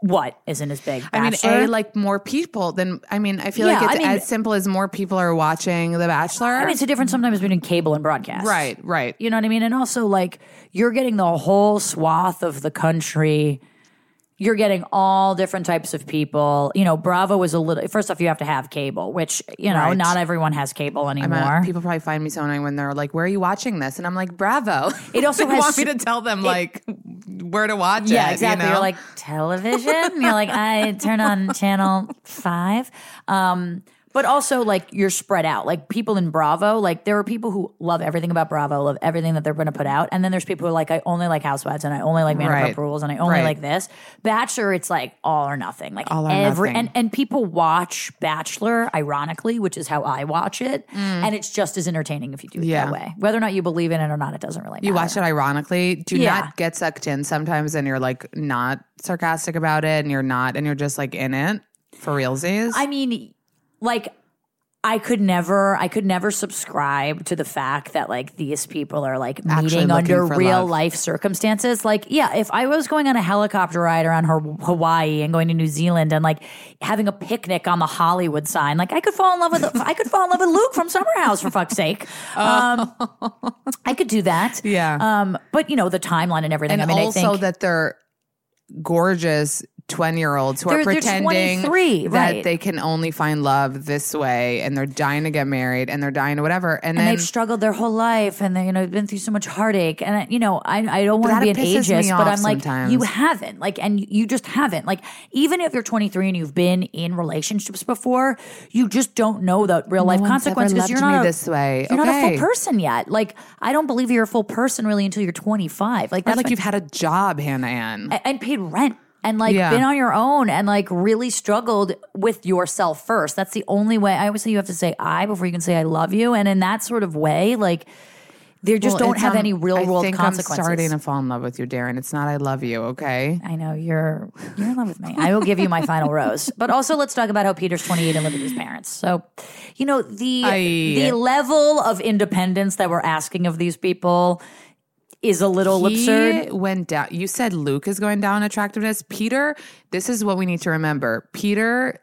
Speaker 3: What isn't as big?
Speaker 2: I mean,
Speaker 3: Bachelor?
Speaker 2: a like more people than I mean. I feel
Speaker 3: Yeah,
Speaker 2: like it's
Speaker 3: I mean-
Speaker 2: as simple as more people are watching The Bachelor.
Speaker 3: I mean, it's a difference sometimes between cable and broadcast.
Speaker 2: right, right.
Speaker 3: You know what I mean? And also, like, you're getting the whole swath of the country. You're getting all different types of people. You know, Bravo was a little. First off, you have to have cable, which you know,
Speaker 2: Right.
Speaker 3: not everyone has cable anymore.
Speaker 2: Uh, people probably find me so annoying when they're like, "Where are you watching this?" And I'm like, "Bravo."
Speaker 3: It also
Speaker 2: they
Speaker 3: has
Speaker 2: want me
Speaker 3: so-
Speaker 2: to tell them like where to watch it.
Speaker 3: yeah,
Speaker 2: you
Speaker 3: exactly. You
Speaker 2: know?
Speaker 3: are like television. And you're like, I turn on channel five. Um, but also, like, you're spread out. Like, people in Bravo, like, there are people who love everything about Bravo, love everything that they're going to put out. And then there's people who are like, I only like Housewives and I only like Man
Speaker 2: Right.
Speaker 3: Rules and I only
Speaker 2: Right.
Speaker 3: like this. Bachelor, it's like all or nothing. Like,
Speaker 2: All or
Speaker 3: every,
Speaker 2: nothing.
Speaker 3: And, and people watch Bachelor, ironically, which is how I watch it. And it's just as entertaining if you do it
Speaker 2: Mm. Yeah.
Speaker 3: that way. Whether or not you believe in it or not, it doesn't really matter.
Speaker 2: you watch it ironically. Do
Speaker 3: Yeah.
Speaker 2: not get sucked in sometimes, and you're like not sarcastic about it, and you're not, and you're just like in it for realsies.
Speaker 3: I mean, like I could never, I could never subscribe to the fact that like these people are like
Speaker 2: Actually
Speaker 3: meeting
Speaker 2: looking
Speaker 3: under
Speaker 2: for
Speaker 3: real
Speaker 2: love.
Speaker 3: life circumstances. Like, yeah, if I was going on a helicopter ride around her Hawaii and going to New Zealand and like having a picnic on the Hollywood sign, like I could fall in love with, I could fall in love with Luke from Summer House for fuck's sake. Um, I could do that.
Speaker 2: Uh. Yeah.
Speaker 3: Um, but you know the timeline and everything.
Speaker 2: and
Speaker 3: I mean,
Speaker 2: also
Speaker 3: I think
Speaker 2: that they're gorgeous 20 year olds who
Speaker 3: They're-
Speaker 2: are
Speaker 3: they're
Speaker 2: pretending
Speaker 3: 23,
Speaker 2: that
Speaker 3: right.
Speaker 2: they can only find love this way and they're dying to get married and they're dying to whatever. And,
Speaker 3: and
Speaker 2: then
Speaker 3: they've struggled their whole life and they you know been through so much heartache and I- you know I I don't want to
Speaker 2: That
Speaker 3: be an
Speaker 2: pisses me
Speaker 3: ageist but
Speaker 2: off
Speaker 3: I'm like
Speaker 2: sometimes.
Speaker 3: you haven't like and you just haven't like even if you're 23 and you've been in relationships before you just don't know the real life
Speaker 2: one's ever
Speaker 3: consequences 'cause
Speaker 2: loved
Speaker 3: you're not
Speaker 2: me
Speaker 3: a,
Speaker 2: this way.
Speaker 3: you're not a
Speaker 2: Okay.
Speaker 3: full person yet like I don't believe you're a full person really until you're 25
Speaker 2: or
Speaker 3: like that's
Speaker 2: like
Speaker 3: my-
Speaker 2: you've had a job, Hannah Ann.
Speaker 3: and- and paid rent and like
Speaker 2: Yeah.
Speaker 3: been on your own and like really struggled with yourself first. That's the only way. I always say you have to say I before you can say I love you. And in that sort of way, like they just
Speaker 2: Well,
Speaker 3: don't
Speaker 2: it's,
Speaker 3: have
Speaker 2: um,
Speaker 3: any real world
Speaker 2: I think
Speaker 3: consequences.
Speaker 2: I'm starting to fall in love with you, Darren. It's not I love you, okay?
Speaker 3: I know you're you're in love with me. I will give you my final rose. But also let's talk about how Peter's 28 and living with his parents. So, you know, the
Speaker 2: Aye.
Speaker 3: the level of independence that we're asking of these people is a little absurd.
Speaker 2: He went down. You said Luke is going down attractiveness. Peter, this is what we need to remember. Peter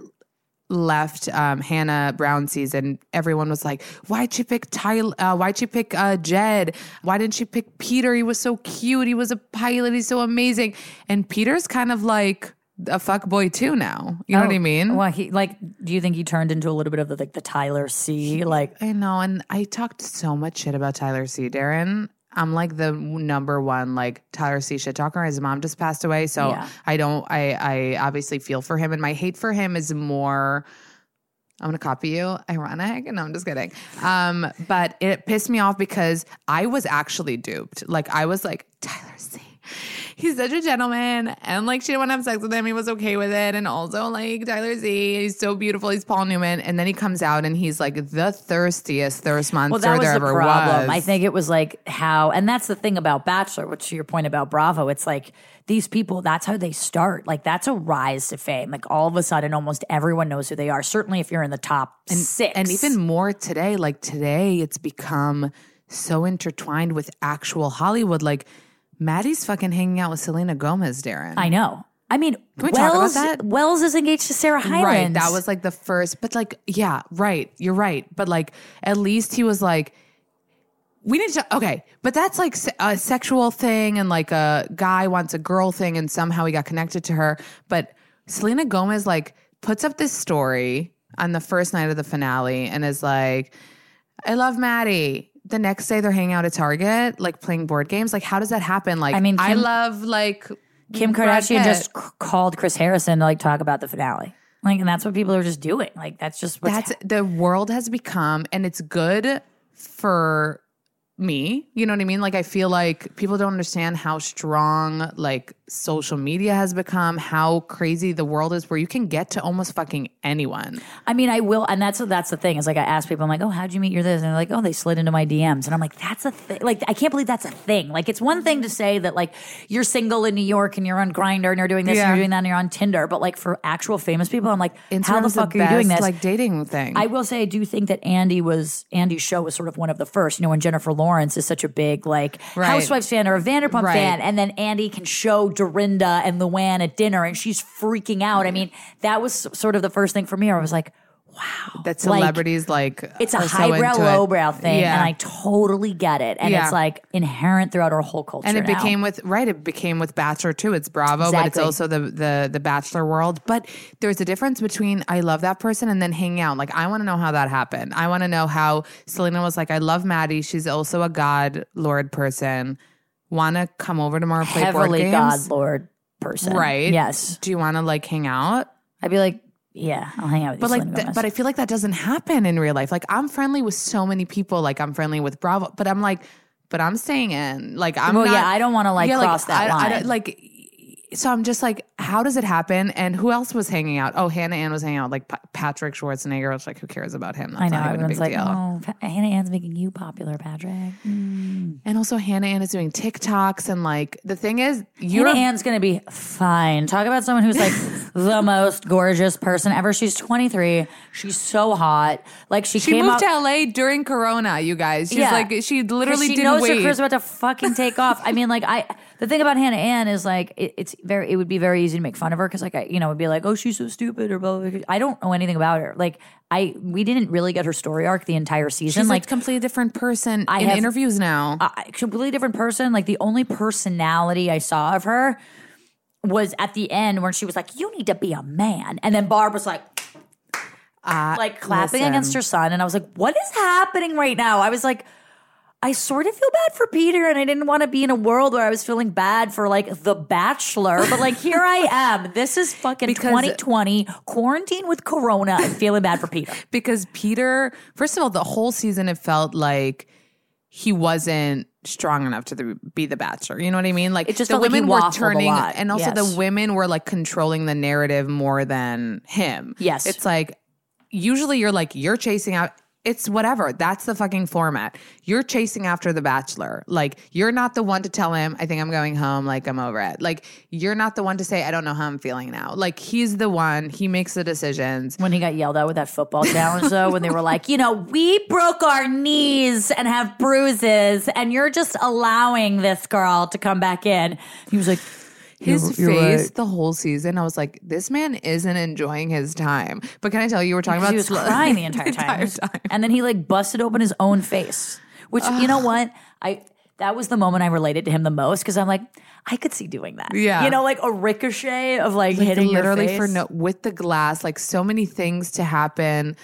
Speaker 2: left um, Hannah Brown season. Everyone was like, "Why'd she pick Tyler? Uh, why'd she pick uh, Jed? Why didn't she pick Peter? He was so cute. He was a pilot. He's so amazing." And Peter's kind of like a fuck boy too now. You know what I mean?
Speaker 3: Oh, Well, he like. Do you think he turned into a little bit of the like the Tyler C? Like,
Speaker 2: I know, and I talked so much shit about Tyler C. Darren. I'm like the number one like Tyler C. shit talker. His mom just passed away, so
Speaker 3: Yeah.
Speaker 2: I don't. I I obviously feel for him, and my hate for him is more. I'm gonna copy you. Ironic? No, I'm just kidding. Um, but it pissed me off because I was actually duped. Like I was like Tyler C. He's such a gentleman, and like she didn't want to have sex with him. He was okay with it, and also like Tyler Z, he's so beautiful. He's Paul Newman, and then he comes out and he's like the thirstiest thirst monster
Speaker 3: well, that was
Speaker 2: there
Speaker 3: the
Speaker 2: ever
Speaker 3: problem.
Speaker 2: was.
Speaker 3: I think it was like how, and that's the thing about Bachelor. Which to your point about Bravo, it's like these people. That's how they start. Like that's a rise to fame. Like all of a sudden, almost everyone knows who they are. Certainly, if you're in the top six,
Speaker 2: And even more today, like today, it's become so intertwined with actual Hollywood. Like Maddie's fucking hanging out with Selena Gomez, Darren.
Speaker 3: I know. I mean,
Speaker 2: we
Speaker 3: Wells
Speaker 2: talk about that?
Speaker 3: Wells is engaged to Sarah Hyland.
Speaker 2: Right. That was like the first, but like, yeah, right. You're right. But like, at least he was like, we need to, okay. But that's like se- a sexual thing and like a guy wants a girl thing and somehow he got connected to her. But Selena Gomez like puts up this story on the first night of the finale and is like, I love Maddie. The next day they're hanging out at Target, like playing board games. Like, how does that happen? Like,
Speaker 3: I mean,
Speaker 2: I
Speaker 3: Kim-
Speaker 2: love like
Speaker 3: Kim
Speaker 2: Brad
Speaker 3: Kardashian
Speaker 2: Pitt.
Speaker 3: just c- called Chris Harrison to like talk about the finale. Like, and that's what people are just doing. Like, that's just what's
Speaker 2: that's the world has become and it's good for me you know what i mean like i feel like people don't understand how strong like social media has become how crazy the world is where you can get to almost fucking anyone
Speaker 3: I mean, I will, and that's that's the thing. Is like I ask people, I'm like, "Oh, how'd you meet your this?" And they're like, "Oh, they slid into my DMs." And I'm like, "That's a thing. Like, I can't believe that's a thing. Like, it's one thing to say that like you're single in New York and you're on Grinder and you're doing this
Speaker 2: Yeah.
Speaker 3: and you're doing that and you're on Tinder, but like for actual famous people, I'm like, how the
Speaker 2: Instagram's
Speaker 3: fuck are you doing
Speaker 2: best,
Speaker 3: this?
Speaker 2: like dating thing
Speaker 3: I will say I do think that Andy was Andy's show was sort of one of the first. You know, when Jennifer Lawrence is such a big like
Speaker 2: Right.
Speaker 3: Housewives fan or a Vanderpump
Speaker 2: Right.
Speaker 3: fan, and then Andy can show Dorinda and Luann at dinner, and she's freaking out. I mean, that was s- sort of the first thing for me. Where I was like, wow,
Speaker 2: that
Speaker 3: like,
Speaker 2: celebrities like,
Speaker 3: it's a
Speaker 2: are so
Speaker 3: highbrow,
Speaker 2: into it.
Speaker 3: lowbrow thing,
Speaker 2: Yeah.
Speaker 3: and I totally get it. And
Speaker 2: Yeah.
Speaker 3: it's like inherent throughout our whole culture.
Speaker 2: and it
Speaker 3: now.
Speaker 2: became with right it became with bachelor too it's bravo but it's
Speaker 3: Exactly.
Speaker 2: also the the the bachelor world but there's a difference between i love that person and then hanging out like i want to know how that happened i want to know how selena was like i love maddie she's also a god lord person want to come over tomorrow and play board
Speaker 3: heavily
Speaker 2: games
Speaker 3: God Lord person,
Speaker 2: right
Speaker 3: Yes,
Speaker 2: do you want to like hang out
Speaker 3: I'd be like, yeah, I'll hang out with
Speaker 2: but
Speaker 3: you.
Speaker 2: like,
Speaker 3: Selena
Speaker 2: th-
Speaker 3: Gomez.
Speaker 2: but I feel like that doesn't happen in real life. Like, I'm friendly with so many people. Like, I'm friendly with Bravo, but I'm like, but I'm staying in. Like, I'm.
Speaker 3: Well,
Speaker 2: not-
Speaker 3: yeah, I don't wanna, like, cross that
Speaker 2: I- I
Speaker 3: line.
Speaker 2: don't- uh, like, so I'm just like, how does it happen? And who else was hanging out? Oh, Hannah Ann was hanging out. with, Like Pa- Patrick Schwarzenegger. It's like, who cares about him? That's
Speaker 3: I know
Speaker 2: Not even a big
Speaker 3: everyone's like,
Speaker 2: deal.
Speaker 3: oh, Pa- Hannah Ann's making you popular, Patrick.
Speaker 2: And also, Hannah Ann is doing TikToks, and like, the thing is, you're.
Speaker 3: Hannah Ann's gonna be fine. Talk about someone who's like the most gorgeous person ever. She's 23. She's so hot. Like she,
Speaker 2: she
Speaker 3: came
Speaker 2: moved
Speaker 3: out.
Speaker 2: to LA during Corona, you guys. She's
Speaker 3: Yeah.
Speaker 2: like, she
Speaker 3: 'Cause
Speaker 2: literally
Speaker 3: she
Speaker 2: didn't
Speaker 3: knows
Speaker 2: wait.
Speaker 3: her career's about to fucking take off. I mean, like I, the thing about Hannah Ann is like it, it's very, it would be very easy to make fun of her because like I, you know, would be like, oh, she's so stupid or blah blah. blah. I don't know anything about her. Like I, we didn't really get her story arc the entire season.
Speaker 2: She's like,
Speaker 3: like
Speaker 2: a completely different person
Speaker 3: I
Speaker 2: in
Speaker 3: have- Uh,
Speaker 2: interviews now.
Speaker 3: a completely different person. Like the only personality I saw of her was at the end where she was like, "You need to be a man," and then Barb was like. like clapping
Speaker 2: Uh, listen.
Speaker 3: against her son, and I was like, "What is happening right now?" I was like, "I sort of feel bad for Peter, and I didn't want to be in a world where I was feeling bad for like The Bachelor, but like here I am. This is fucking
Speaker 2: Because-
Speaker 3: 2020 quarantine with Corona. I'm feeling bad for Peter.
Speaker 2: because Peter, first of all, the whole season it felt like he wasn't strong enough to the, be the bachelor. You know what I mean? Like
Speaker 3: It just
Speaker 2: the
Speaker 3: felt like he
Speaker 2: women were
Speaker 3: waffled a
Speaker 2: turning,
Speaker 3: lot.
Speaker 2: and also
Speaker 3: Yes.
Speaker 2: the women were like controlling the narrative more than him.
Speaker 3: Yes.
Speaker 2: it's like usually you're like you're chasing out. It's whatever. That's the fucking format. You're chasing after the bachelor. Like you're not the one to tell him, "I think I'm going home." Like I'm over it. Like you're not the one to say, "I don't know how I'm feeling now." Like he's the one. He makes the decisions.
Speaker 3: When he got yelled at with that football challenge, though, when they were like, you know, we broke our knees and have bruises, and you're just allowing this girl to come back in. He was like,
Speaker 2: his
Speaker 3: You're- you're
Speaker 2: face
Speaker 3: right.
Speaker 2: the whole season. I was like, this man isn't enjoying his time. But can I tell you, you were talking
Speaker 3: Because
Speaker 2: about
Speaker 3: he
Speaker 2: slow-
Speaker 3: was crying the entire, time. And then he like busted open his own face, which you know what I. That was the moment I related to him the most because I'm like, I could see doing that.
Speaker 2: Yeah.
Speaker 3: you know, like a ricochet of like,
Speaker 2: Like,
Speaker 3: hitting
Speaker 2: literally
Speaker 3: your face.
Speaker 2: for no with the glass. Like so many things to happen.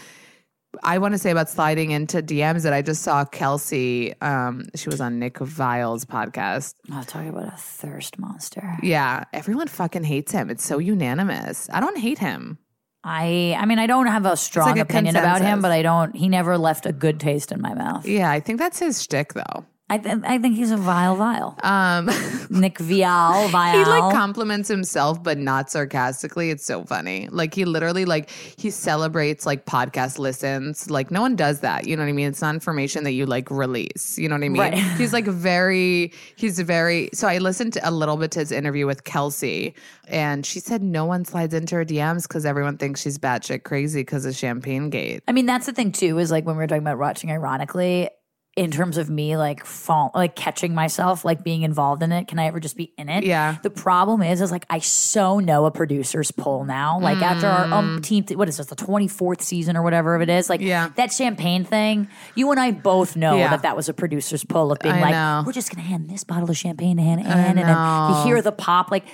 Speaker 2: I want to say about sliding into DMs that I just saw Kelsey. Um, she was on Nick Vile's podcast.
Speaker 3: I'll Oh, talk about a thirst monster.
Speaker 2: Yeah, everyone fucking hates him. It's so unanimous. I don't hate him.
Speaker 3: I, I mean, I don't have a strong
Speaker 2: a
Speaker 3: opinion about
Speaker 2: consensus.
Speaker 3: him, but I don't. He never left a good taste in my mouth.
Speaker 2: Yeah, I think that's his shtick though.
Speaker 3: I, th- I think he's a vile, vile.
Speaker 2: Um,
Speaker 3: Nick Vial, vile.
Speaker 2: He like compliments himself, but not sarcastically. It's so funny. Like he literally like he celebrates like podcast listens. Like no one does that. You know what I mean? It's not information that you like release. You know what I mean?
Speaker 3: Right.
Speaker 2: He's like very. He's very. So I listened to a little bit to his interview with Kelsey, and she said no one slides into her DMs because everyone thinks she's batshit crazy because of Champagne Gate.
Speaker 3: I mean, that's the thing too. Is like when we were talking about watching, ironically, in terms of me like fall, like catching myself, like being involved in it. Can I ever just be in it?
Speaker 2: Yeah.
Speaker 3: The problem is, is like I so know a producer's pull now. Like after our
Speaker 2: Mm.
Speaker 3: umpteenth, what is this, the twenty fourth season or whatever of it is? Like
Speaker 2: Yeah.
Speaker 3: that champagne thing. You and I both know
Speaker 2: Yeah.
Speaker 3: that that was a producer's pull of being
Speaker 2: I
Speaker 3: like,
Speaker 2: know.
Speaker 3: we're just gonna hand this bottle of champagne to Hannah Ann, and then you
Speaker 2: know.
Speaker 3: hear the pop, like.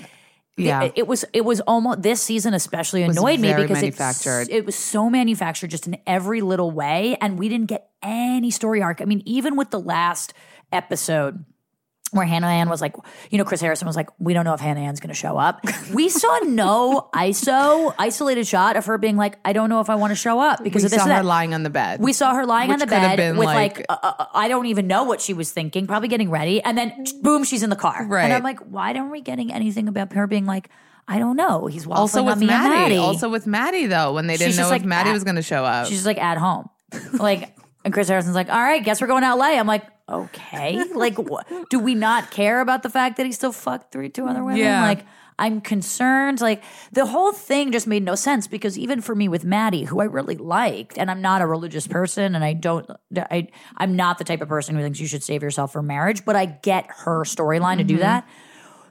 Speaker 3: the-
Speaker 2: Yeah.
Speaker 3: it was it was almost this season especially annoyed me
Speaker 2: very
Speaker 3: because it's
Speaker 2: manufactured.
Speaker 3: it was so manufactured just in every little way and we didn't get any story arc i mean even with the last episode where Hannah Ann was like, you know, Chris Harrison was like, we don't know if Hannah Ann's going to show up. We saw no ISO, isolated shot of her being like, I don't know if I want to show up because
Speaker 2: We
Speaker 3: of this
Speaker 2: saw
Speaker 3: and
Speaker 2: her
Speaker 3: that.
Speaker 2: lying on the bed.
Speaker 3: We saw her lying on
Speaker 2: Which
Speaker 3: the
Speaker 2: could have
Speaker 3: bed
Speaker 2: been
Speaker 3: with
Speaker 2: like-
Speaker 3: like, uh, uh, uh, I don't even know what she was thinking, probably getting ready. And then boom, she's in the car.
Speaker 2: Right.
Speaker 3: And I'm like, why aren't we getting anything about her being like, I don't know. He's waffling
Speaker 2: also
Speaker 3: on
Speaker 2: with
Speaker 3: me and
Speaker 2: Maddie.
Speaker 3: Maddie.
Speaker 2: Also with Maddie though, when they didn't
Speaker 3: She's
Speaker 2: know
Speaker 3: just
Speaker 2: if
Speaker 3: like "Ah."
Speaker 2: Maddie
Speaker 3: that.
Speaker 2: was going to show up.
Speaker 3: She's just like at home. Like, and Chris Harrison's like, all right, guess we're going to LA. I'm like, okay. Like, wha- do we not care about the fact that he still fucked three, two other women?
Speaker 2: Yeah.
Speaker 3: Like, I'm concerned. Like, the whole thing just made no sense because even for me with Maddie, who I really liked, and I'm not a religious person and I don't, I, I'm not the type of person who thinks you should save yourself for marriage, but I get her storyline to
Speaker 2: Mm-hmm.
Speaker 3: do that.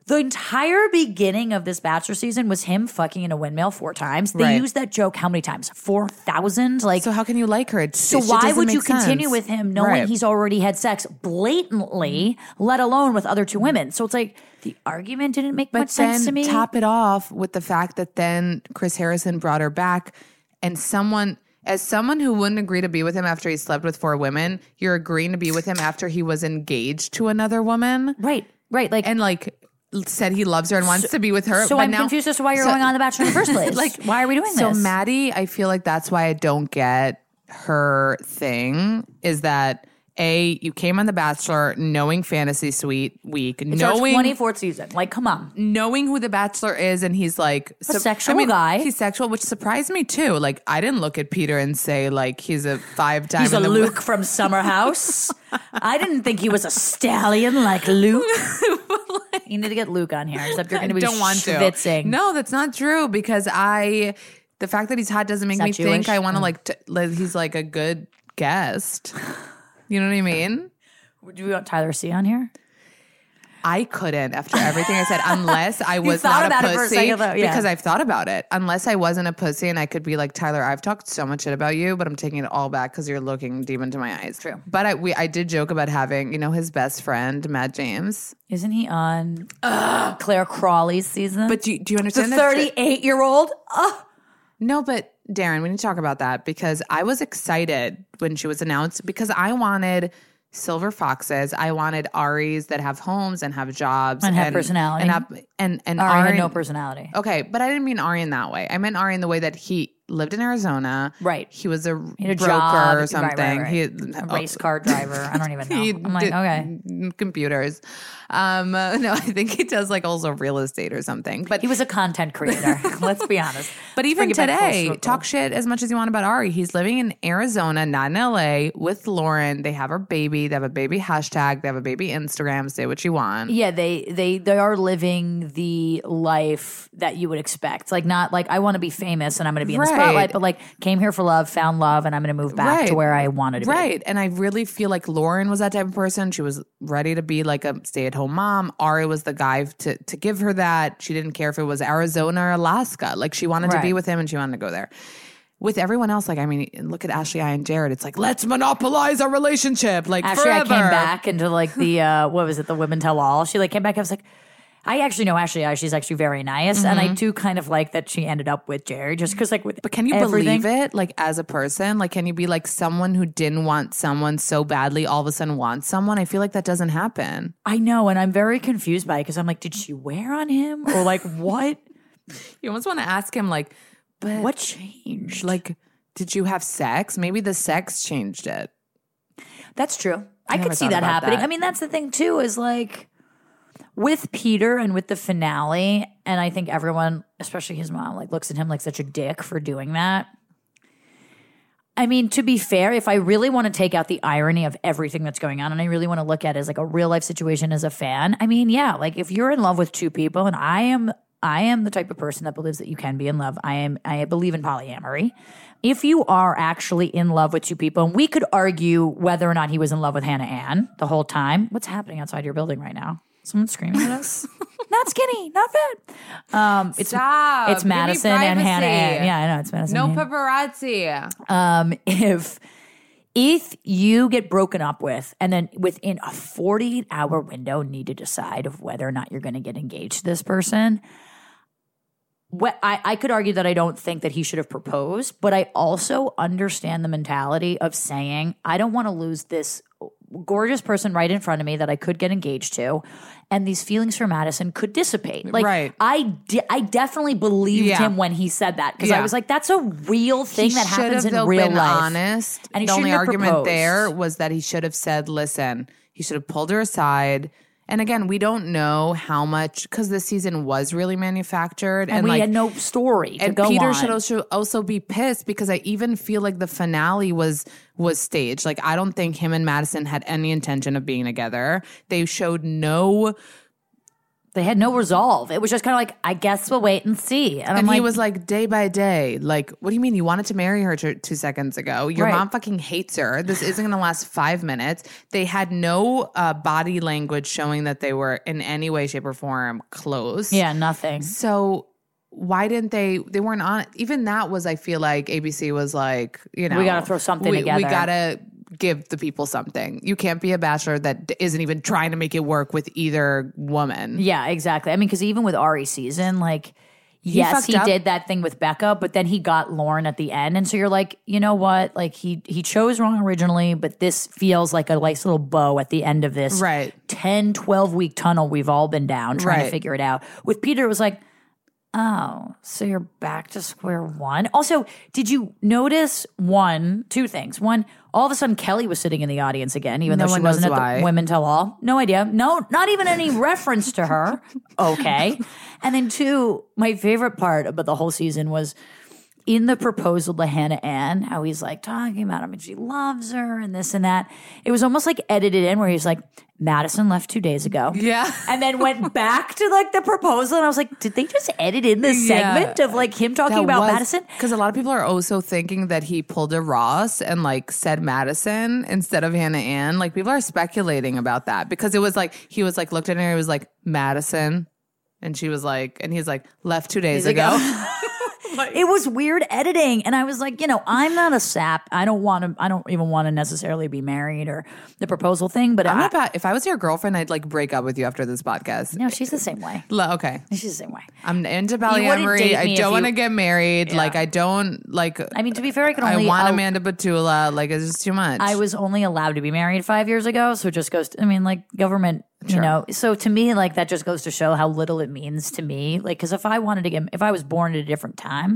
Speaker 3: The entire beginning of this bachelor season was him fucking in a windmill four times. They
Speaker 2: Right.
Speaker 3: used that joke how many times? Four thousand. Like
Speaker 2: so how can you like her? It's,
Speaker 3: so
Speaker 2: it just
Speaker 3: why
Speaker 2: doesn't
Speaker 3: would
Speaker 2: make
Speaker 3: you continue
Speaker 2: sense.
Speaker 3: with him knowing
Speaker 2: Right. Mm-hmm.
Speaker 3: he's already had sex blatantly, let alone with other two women? So it's like the argument didn't make
Speaker 2: But
Speaker 3: much
Speaker 2: then
Speaker 3: sense to me.
Speaker 2: top it off with the fact that then Chris Harrison brought her back, and someone, as someone who wouldn't agree to be with him after he slept with four women, you're agreeing to be with him after he was engaged to another woman,
Speaker 3: right, right. Like
Speaker 2: and like said he loves her and wants to be with her.
Speaker 3: so,
Speaker 2: but
Speaker 3: I'm
Speaker 2: now-
Speaker 3: confused as to why you're
Speaker 2: so-
Speaker 3: going on the Bachelor in the first place. like, why are we doing
Speaker 2: so
Speaker 3: this?
Speaker 2: Maddie, I feel like that's why I don't get her thing is that. A, you came on The Bachelor knowing Fantasy Suite week,
Speaker 3: it's
Speaker 2: knowing
Speaker 3: our 24th season. Like, come on.
Speaker 2: knowing who the bachelor is and he's like sup-
Speaker 3: sexual guy.
Speaker 2: he's sexual which surprised me too like i didn't look at peter and say like he's a five time
Speaker 3: He's a Luke from Summer House. I didn't think he was a stallion like Luke. you need to get Luke on here, except you're going to be
Speaker 2: don't want
Speaker 3: schwitzing.
Speaker 2: to no that's not true because i the fact that he's hot doesn't make
Speaker 3: that
Speaker 2: me think
Speaker 3: Jewish?
Speaker 2: i want to like, t- like he's like a good guest you know what i mean
Speaker 3: Do we want Tyler C on here?
Speaker 2: I couldn't after everything I said, unless I was
Speaker 3: thought
Speaker 2: not
Speaker 3: about
Speaker 2: a
Speaker 3: it for a
Speaker 2: pussy.
Speaker 3: second, though, yeah.
Speaker 2: Because I've thought about it. Unless I wasn't a pussy and I could be like, Tyler, I've talked so much shit about you, but I'm taking it all back because you're looking deep into my eyes. True. But I we I did joke about having, you know, his best friend, Matt James.
Speaker 3: Isn't he on Claire Crawley's season?
Speaker 2: But do, do you
Speaker 3: the
Speaker 2: understand that-
Speaker 3: 38 year old?
Speaker 2: No, but Darren, we need to talk about that because I was excited when she was announced because I wanted silver foxes. I wanted Aries that have homes and have jobs
Speaker 3: And have personality.
Speaker 2: And up and and
Speaker 3: Ari had
Speaker 2: Ari-
Speaker 3: no personality.
Speaker 2: Okay, but I didn't mean Ari in that way. I meant Ari in the way that he lived in Arizona.
Speaker 3: Right.
Speaker 2: He was a
Speaker 3: He had a
Speaker 2: broker
Speaker 3: job.
Speaker 2: or something.
Speaker 3: Right, right, right.
Speaker 2: He oh,
Speaker 3: a race car driver. I don't even know.
Speaker 2: He
Speaker 3: I'm like,
Speaker 2: did
Speaker 3: okay.
Speaker 2: Computers. Um, uh, no, I think he does like also real estate or something. But
Speaker 3: He was a content creator. Let's be honest.
Speaker 2: but
Speaker 3: Let's
Speaker 2: even
Speaker 3: bring it back full
Speaker 2: today,
Speaker 3: circle.
Speaker 2: talk shit as much as you want about Ari. He's living in Arizona, not in LA, with Lauren. They have a baby. They have a baby hashtag. They have a baby Instagram. Say what you want.
Speaker 3: Yeah, they they they are living the life that you would expect. Like not like I want to be famous and I'm going to be in the
Speaker 2: Right.
Speaker 3: spotlight, but like came here for love, found love, and I'm going to move back to
Speaker 2: Right.
Speaker 3: where I wanted to
Speaker 2: Right. And I really feel like Lauren was that type of person. She was ready to be like a stay at home mom. Ari was the guy to, to give her that. She didn't care if it was Arizona or Alaska. Like she wanted to
Speaker 3: Right.
Speaker 2: be with him and she wanted to go there. With everyone else, like, I mean, look at Ashley, I, and Jared. It's like, let's monopolize our relationship. Like,
Speaker 3: be. Actually,
Speaker 2: forever.
Speaker 3: I came back into like the uh, what was it, the women tell all. She like came back. I was like. I actually know Ashley. I. She's actually very nice, and I do kind of like that she ended up with Jerry, just because like with.
Speaker 2: Mm-hmm. But can you
Speaker 3: everything.
Speaker 2: believe it? Like, as a person, like, can you be like someone who didn't want someone so badly, all of a sudden wants someone? I feel like that doesn't happen.
Speaker 3: I know, and I'm very confused by it because I'm like, did she wear on him or like what?
Speaker 2: You almost want to ask him, like, but
Speaker 3: what changed?
Speaker 2: like did you have sex maybe the sex changed it
Speaker 3: That's true. I,
Speaker 2: never
Speaker 3: could see
Speaker 2: thought
Speaker 3: that
Speaker 2: about
Speaker 3: happening.
Speaker 2: that.
Speaker 3: I mean, that's the thing too is like with Peter and with the finale, and I think everyone, especially his mom, like looks at him like such a dick for doing that. I mean, to be fair, if I really want to take out the irony of everything that's going on and I really want to look at it as like a real life situation as a fan, I mean, yeah, like if you're in love with two people and I am I am the type of person that believes that you can be in love. I am I believe in polyamory. If you are actually in love with two people, and we could argue whether or not he was in love with Hannah Ann the whole time. What's happening outside your building right now? Someone screaming at us? not skinny, not fat. Um, it's
Speaker 2: Stop.
Speaker 3: it's
Speaker 2: Give me
Speaker 3: Madison and Hannah Ann.
Speaker 2: privacy.
Speaker 3: Yeah, Mm-hmm. I know it's Madison. and Hannah
Speaker 2: paparazzi
Speaker 3: um, if if you get broken up with and then within a 48 hour window need to decide of whether or not you're going to get engaged to this person what I, I could argue that i don't think that he should have proposed but i also understand the mentality of saying i don't want to lose this gorgeous person right in front of me that i could get engaged to and these feelings for madison could dissipate like
Speaker 2: Right.
Speaker 3: i de- i definitely believed
Speaker 2: Yeah.
Speaker 3: him when he said that because i
Speaker 2: Yeah.
Speaker 3: was like that's a real thing that
Speaker 2: should
Speaker 3: happens
Speaker 2: have,
Speaker 3: in
Speaker 2: though,
Speaker 3: real
Speaker 2: been
Speaker 3: life.
Speaker 2: honest
Speaker 3: And he
Speaker 2: the only
Speaker 3: shouldn't have
Speaker 2: argument
Speaker 3: proposed.
Speaker 2: there was that he should have said listen he should have pulled her aside and again we don't know how much because this season was really manufactured and,
Speaker 3: and, we
Speaker 2: like
Speaker 3: had no story to
Speaker 2: and
Speaker 3: go
Speaker 2: Peter
Speaker 3: on.
Speaker 2: should also, also be pissed because I even feel like the finale was was staged. Like I don't think him and Madison had any intention of being together. They showed no,
Speaker 3: they had no resolve. It was just kind of like, I guess we'll wait and see. And, I'm
Speaker 2: and
Speaker 3: like,
Speaker 2: he was like day by day. Like, what do you mean you wanted to marry her two, two seconds ago? Your
Speaker 3: Right.
Speaker 2: mom fucking hates her. This isn't going to last five minutes. They had no uh, body language showing that they were in any way, shape, or form close.
Speaker 3: yeah, nothing.
Speaker 2: So. Why didn't they? They weren't on. Even that was, I feel like ABC was like, you know,
Speaker 3: We gotta throw something
Speaker 2: we,
Speaker 3: together.
Speaker 2: We gotta give the people something. You can't be a bachelor that d- isn't even trying to make it work with either woman.
Speaker 3: Yeah, exactly. I mean, because even with Ari's season, like, yes,
Speaker 2: fucked
Speaker 3: he
Speaker 2: up.
Speaker 3: did that thing with Becca, but then he got Lauren at the end, and so you're like, you know what? Like he he chose wrong originally, but this feels like a nice little bow at the end of this
Speaker 2: Right.
Speaker 3: 10, 12 week tunnel we've all been down trying to
Speaker 2: Right.
Speaker 3: figure it out. With Peter, it was like. Oh, so you're back to square one. Also, did you notice one, two things? One, all of a sudden Kelly was sitting in the audience again, even
Speaker 2: No
Speaker 3: though she
Speaker 2: one knows
Speaker 3: wasn't at the
Speaker 2: why.
Speaker 3: Women Tell All. No idea. No, not even any reference to her. Okay. And then two, my favorite part about the whole season was in the proposal to Hannah Ann, how he's like talking about him and she loves her and this and that. It was almost like edited in where he's like, Madison left two days ago.
Speaker 2: Yeah.
Speaker 3: And then went back to like the proposal. And I was like, did they just edit in this
Speaker 2: Yeah.
Speaker 3: segment of like him talking about Madison?
Speaker 2: Because a lot of people are also thinking that he pulled a Ross and like said Madison instead of Hannah Ann. Like people are speculating about that because it was like he was like looked at her, he was like Madison, and she was like, and he's like left two days ago.
Speaker 3: It was weird editing. And I was like, you know, I'm not a sap. I don't want to, I don't even want to necessarily be married or the proposal thing, but
Speaker 2: I'm
Speaker 3: I,
Speaker 2: not bad. If I was your girlfriend, I'd like break up with you after this podcast.
Speaker 3: no, she's the same way.
Speaker 2: Lo- Okay,
Speaker 3: She's the same way.
Speaker 2: I'm into
Speaker 3: date
Speaker 2: polyamory.
Speaker 3: me
Speaker 2: I
Speaker 3: if
Speaker 2: don't want to
Speaker 3: you-
Speaker 2: get married. Like I don't like.
Speaker 3: I mean, to be fair, I could
Speaker 2: I
Speaker 3: only
Speaker 2: want
Speaker 3: I'll-
Speaker 2: Amanda Batula. Like it's just too much.
Speaker 3: I was only allowed to be married five years ago, so it just goes. To, I mean, like government, you know. So to me, like that just goes to show how little it means to me. Like, because if I wanted to get, if I was born at a different time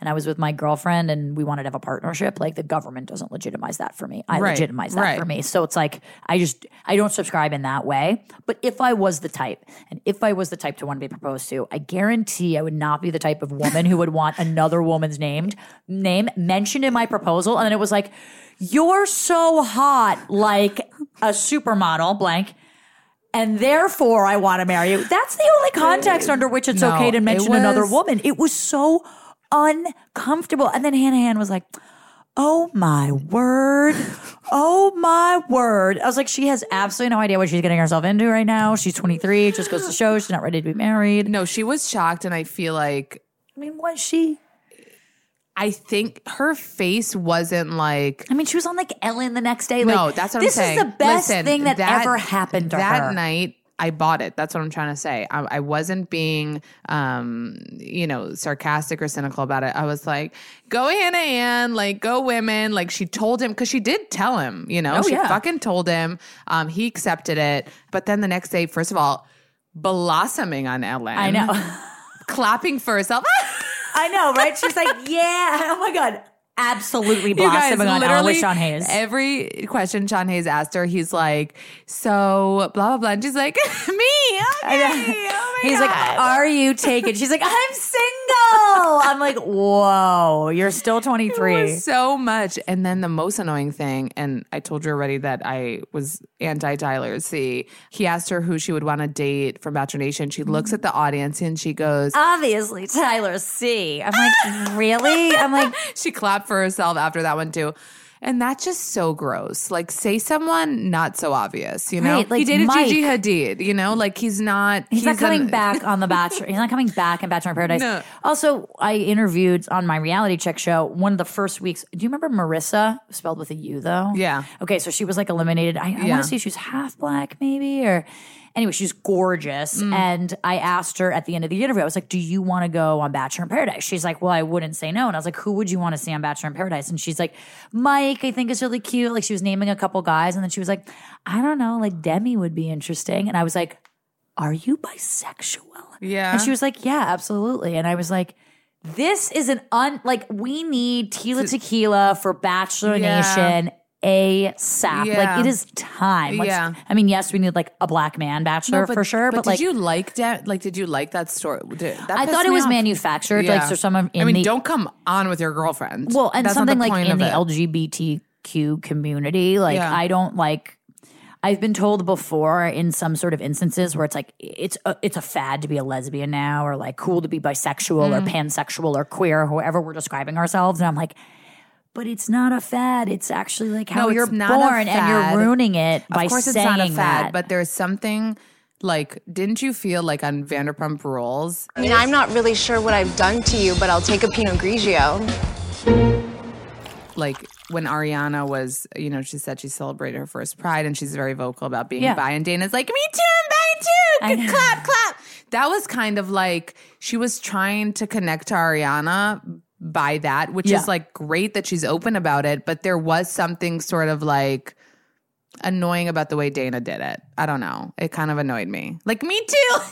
Speaker 3: and I was with my girlfriend and we wanted to have a partnership, like the government doesn't legitimize that for me. I
Speaker 2: Right,
Speaker 3: legitimize that
Speaker 2: right.
Speaker 3: for me. So it's like I just I don't subscribe in that way. But if I was the type, and if I was the type to want to be proposed to, I guarantee I would not be the type of woman who would want another woman's named name mentioned in my proposal. And then it was like, you're so hot, like a supermodel, blank. And therefore, I want to marry you. That's the only context under which it's
Speaker 2: Uh, No,
Speaker 3: okay to
Speaker 2: it
Speaker 3: mention another
Speaker 2: was-
Speaker 3: woman. It was so uncomfortable. And then Hannah Hannah was like, Oh my word. Oh my word. I was like, she has absolutely no idea what she's getting herself into right now. She's 23, just goes to show she's not ready to be married.
Speaker 2: no, she was shocked, and I feel like
Speaker 3: I mean, was she?
Speaker 2: I think her face wasn't like.
Speaker 3: I mean, she was on like Ellen the next day. Like,
Speaker 2: no, that's what
Speaker 3: this
Speaker 2: I'm saying.
Speaker 3: is the best
Speaker 2: Listen,
Speaker 3: thing that, ever happened to
Speaker 2: that
Speaker 3: her.
Speaker 2: night. I bought it. That's what I'm trying to say. I, I wasn't being, um, you know, sarcastic or cynical about it. I was like, "Go Hannah Ann, like go women." Like she told him because she did tell him. You know, she
Speaker 3: Oh, yeah.
Speaker 2: fucking told him. Um, he accepted it, but then the next day, first of all, blossoming on Ellen.
Speaker 3: I know.
Speaker 2: clapping for herself.
Speaker 3: I know, right? She's like, yeah. Oh my God. Absolutely
Speaker 2: You guys,
Speaker 3: blossoming on Ellen with Sean Hayes.
Speaker 2: Every question Sean Hayes asked her, he's like, "So blah blah blah," and she's like, "Me, okay." Oh my
Speaker 3: He's like,
Speaker 2: God.
Speaker 3: "Are you taken?" She's like, "I'm single." I'm like, "Whoa, you're still 23."
Speaker 2: so much. And then the most annoying thing, and I told you already that I was anti Tyler C. He asked her who she would want to date from Bachelor Nation. She looks at the audience and she goes,
Speaker 3: Ah. Obviously, Tyler C. I'm like, "Really?" I'm like,
Speaker 2: she clapped for herself after that one too. And that's just so gross. Like, say someone not so obvious, you know?
Speaker 3: Right, like
Speaker 2: he dated
Speaker 3: Mike.
Speaker 2: Gigi Hadid, you know? Like, he's not.
Speaker 3: He's, not coming
Speaker 2: an-
Speaker 3: back on The Bachelor. He's not coming back in Bachelor in Paradise.
Speaker 2: No.
Speaker 3: Also, I interviewed on my reality check show one of the first weeks. Do you remember Marissa, spelled with a U though?
Speaker 2: Yeah.
Speaker 3: Okay, so she was like eliminated. I, I
Speaker 2: Yeah.
Speaker 3: want to say she's half black, maybe, or anyway, she's gorgeous.
Speaker 2: Mm.
Speaker 3: And I asked her at the end of the interview, I was like, Do you want to go on Bachelor in Paradise? She's like, Well, I wouldn't say no. And I was like, Who would you want to see on Bachelor in Paradise? And she's like, Mike, I think is really cute. Like she was naming a couple guys, and then she was like, I don't know, like Demi would be interesting. And I was like, are you bisexual?
Speaker 2: Yeah.
Speaker 3: And she was like, yeah, absolutely. And I was like, this is an un like we need Tila Tequila for Bachelor
Speaker 2: Yeah.
Speaker 3: Nation ASAP.
Speaker 2: Yeah.
Speaker 3: Like it is time. Let's-
Speaker 2: Yeah.
Speaker 3: I mean, yes, we need like a black man bachelor
Speaker 2: No, but-
Speaker 3: for sure, but,
Speaker 2: did
Speaker 3: like
Speaker 2: you like that? Like, did you like that story? Did- that
Speaker 3: I
Speaker 2: pissed
Speaker 3: thought it
Speaker 2: me
Speaker 3: was
Speaker 2: off.
Speaker 3: manufactured.
Speaker 2: Yeah.
Speaker 3: Like so someone in
Speaker 2: I mean,
Speaker 3: the
Speaker 2: don't come on with your girlfriend.
Speaker 3: Well, and
Speaker 2: That's not the
Speaker 3: something like
Speaker 2: point
Speaker 3: in
Speaker 2: of
Speaker 3: the
Speaker 2: it.
Speaker 3: LGBTQ community, like
Speaker 2: Yeah.
Speaker 3: I don't like. I've been told before in some sort of instances where it's like it's a, it's a fad to be a lesbian now, or like cool to be bisexual
Speaker 2: Mm-hmm.
Speaker 3: or pansexual or queer, however we're describing ourselves, and I'm like. But it's not a fad. It's actually like how
Speaker 2: No,
Speaker 3: you're
Speaker 2: it's not a
Speaker 3: born, and
Speaker 2: fad.
Speaker 3: you're ruining it by
Speaker 2: of course
Speaker 3: saying
Speaker 2: it's not a fad,
Speaker 3: that.
Speaker 2: but there's something like, didn't you feel like on Vanderpump Rules?
Speaker 5: I mean, I'm not really sure what I've done to you, but I'll take a Pinot Grigio.
Speaker 2: like when Ariana was, you know, she said she celebrated her first pride and she's very vocal about being
Speaker 3: Yeah.
Speaker 2: bi. And Dana's like, me too, I'm bi
Speaker 3: I
Speaker 2: too.
Speaker 3: know.
Speaker 2: Clap, clap. That was kind of like she was trying to connect to Ariana by that, which
Speaker 3: Yeah.
Speaker 2: is like great that she's open about it. But there was something sort of like annoying about the way Dana did it. I don't know. It kind of annoyed me. Like, me too.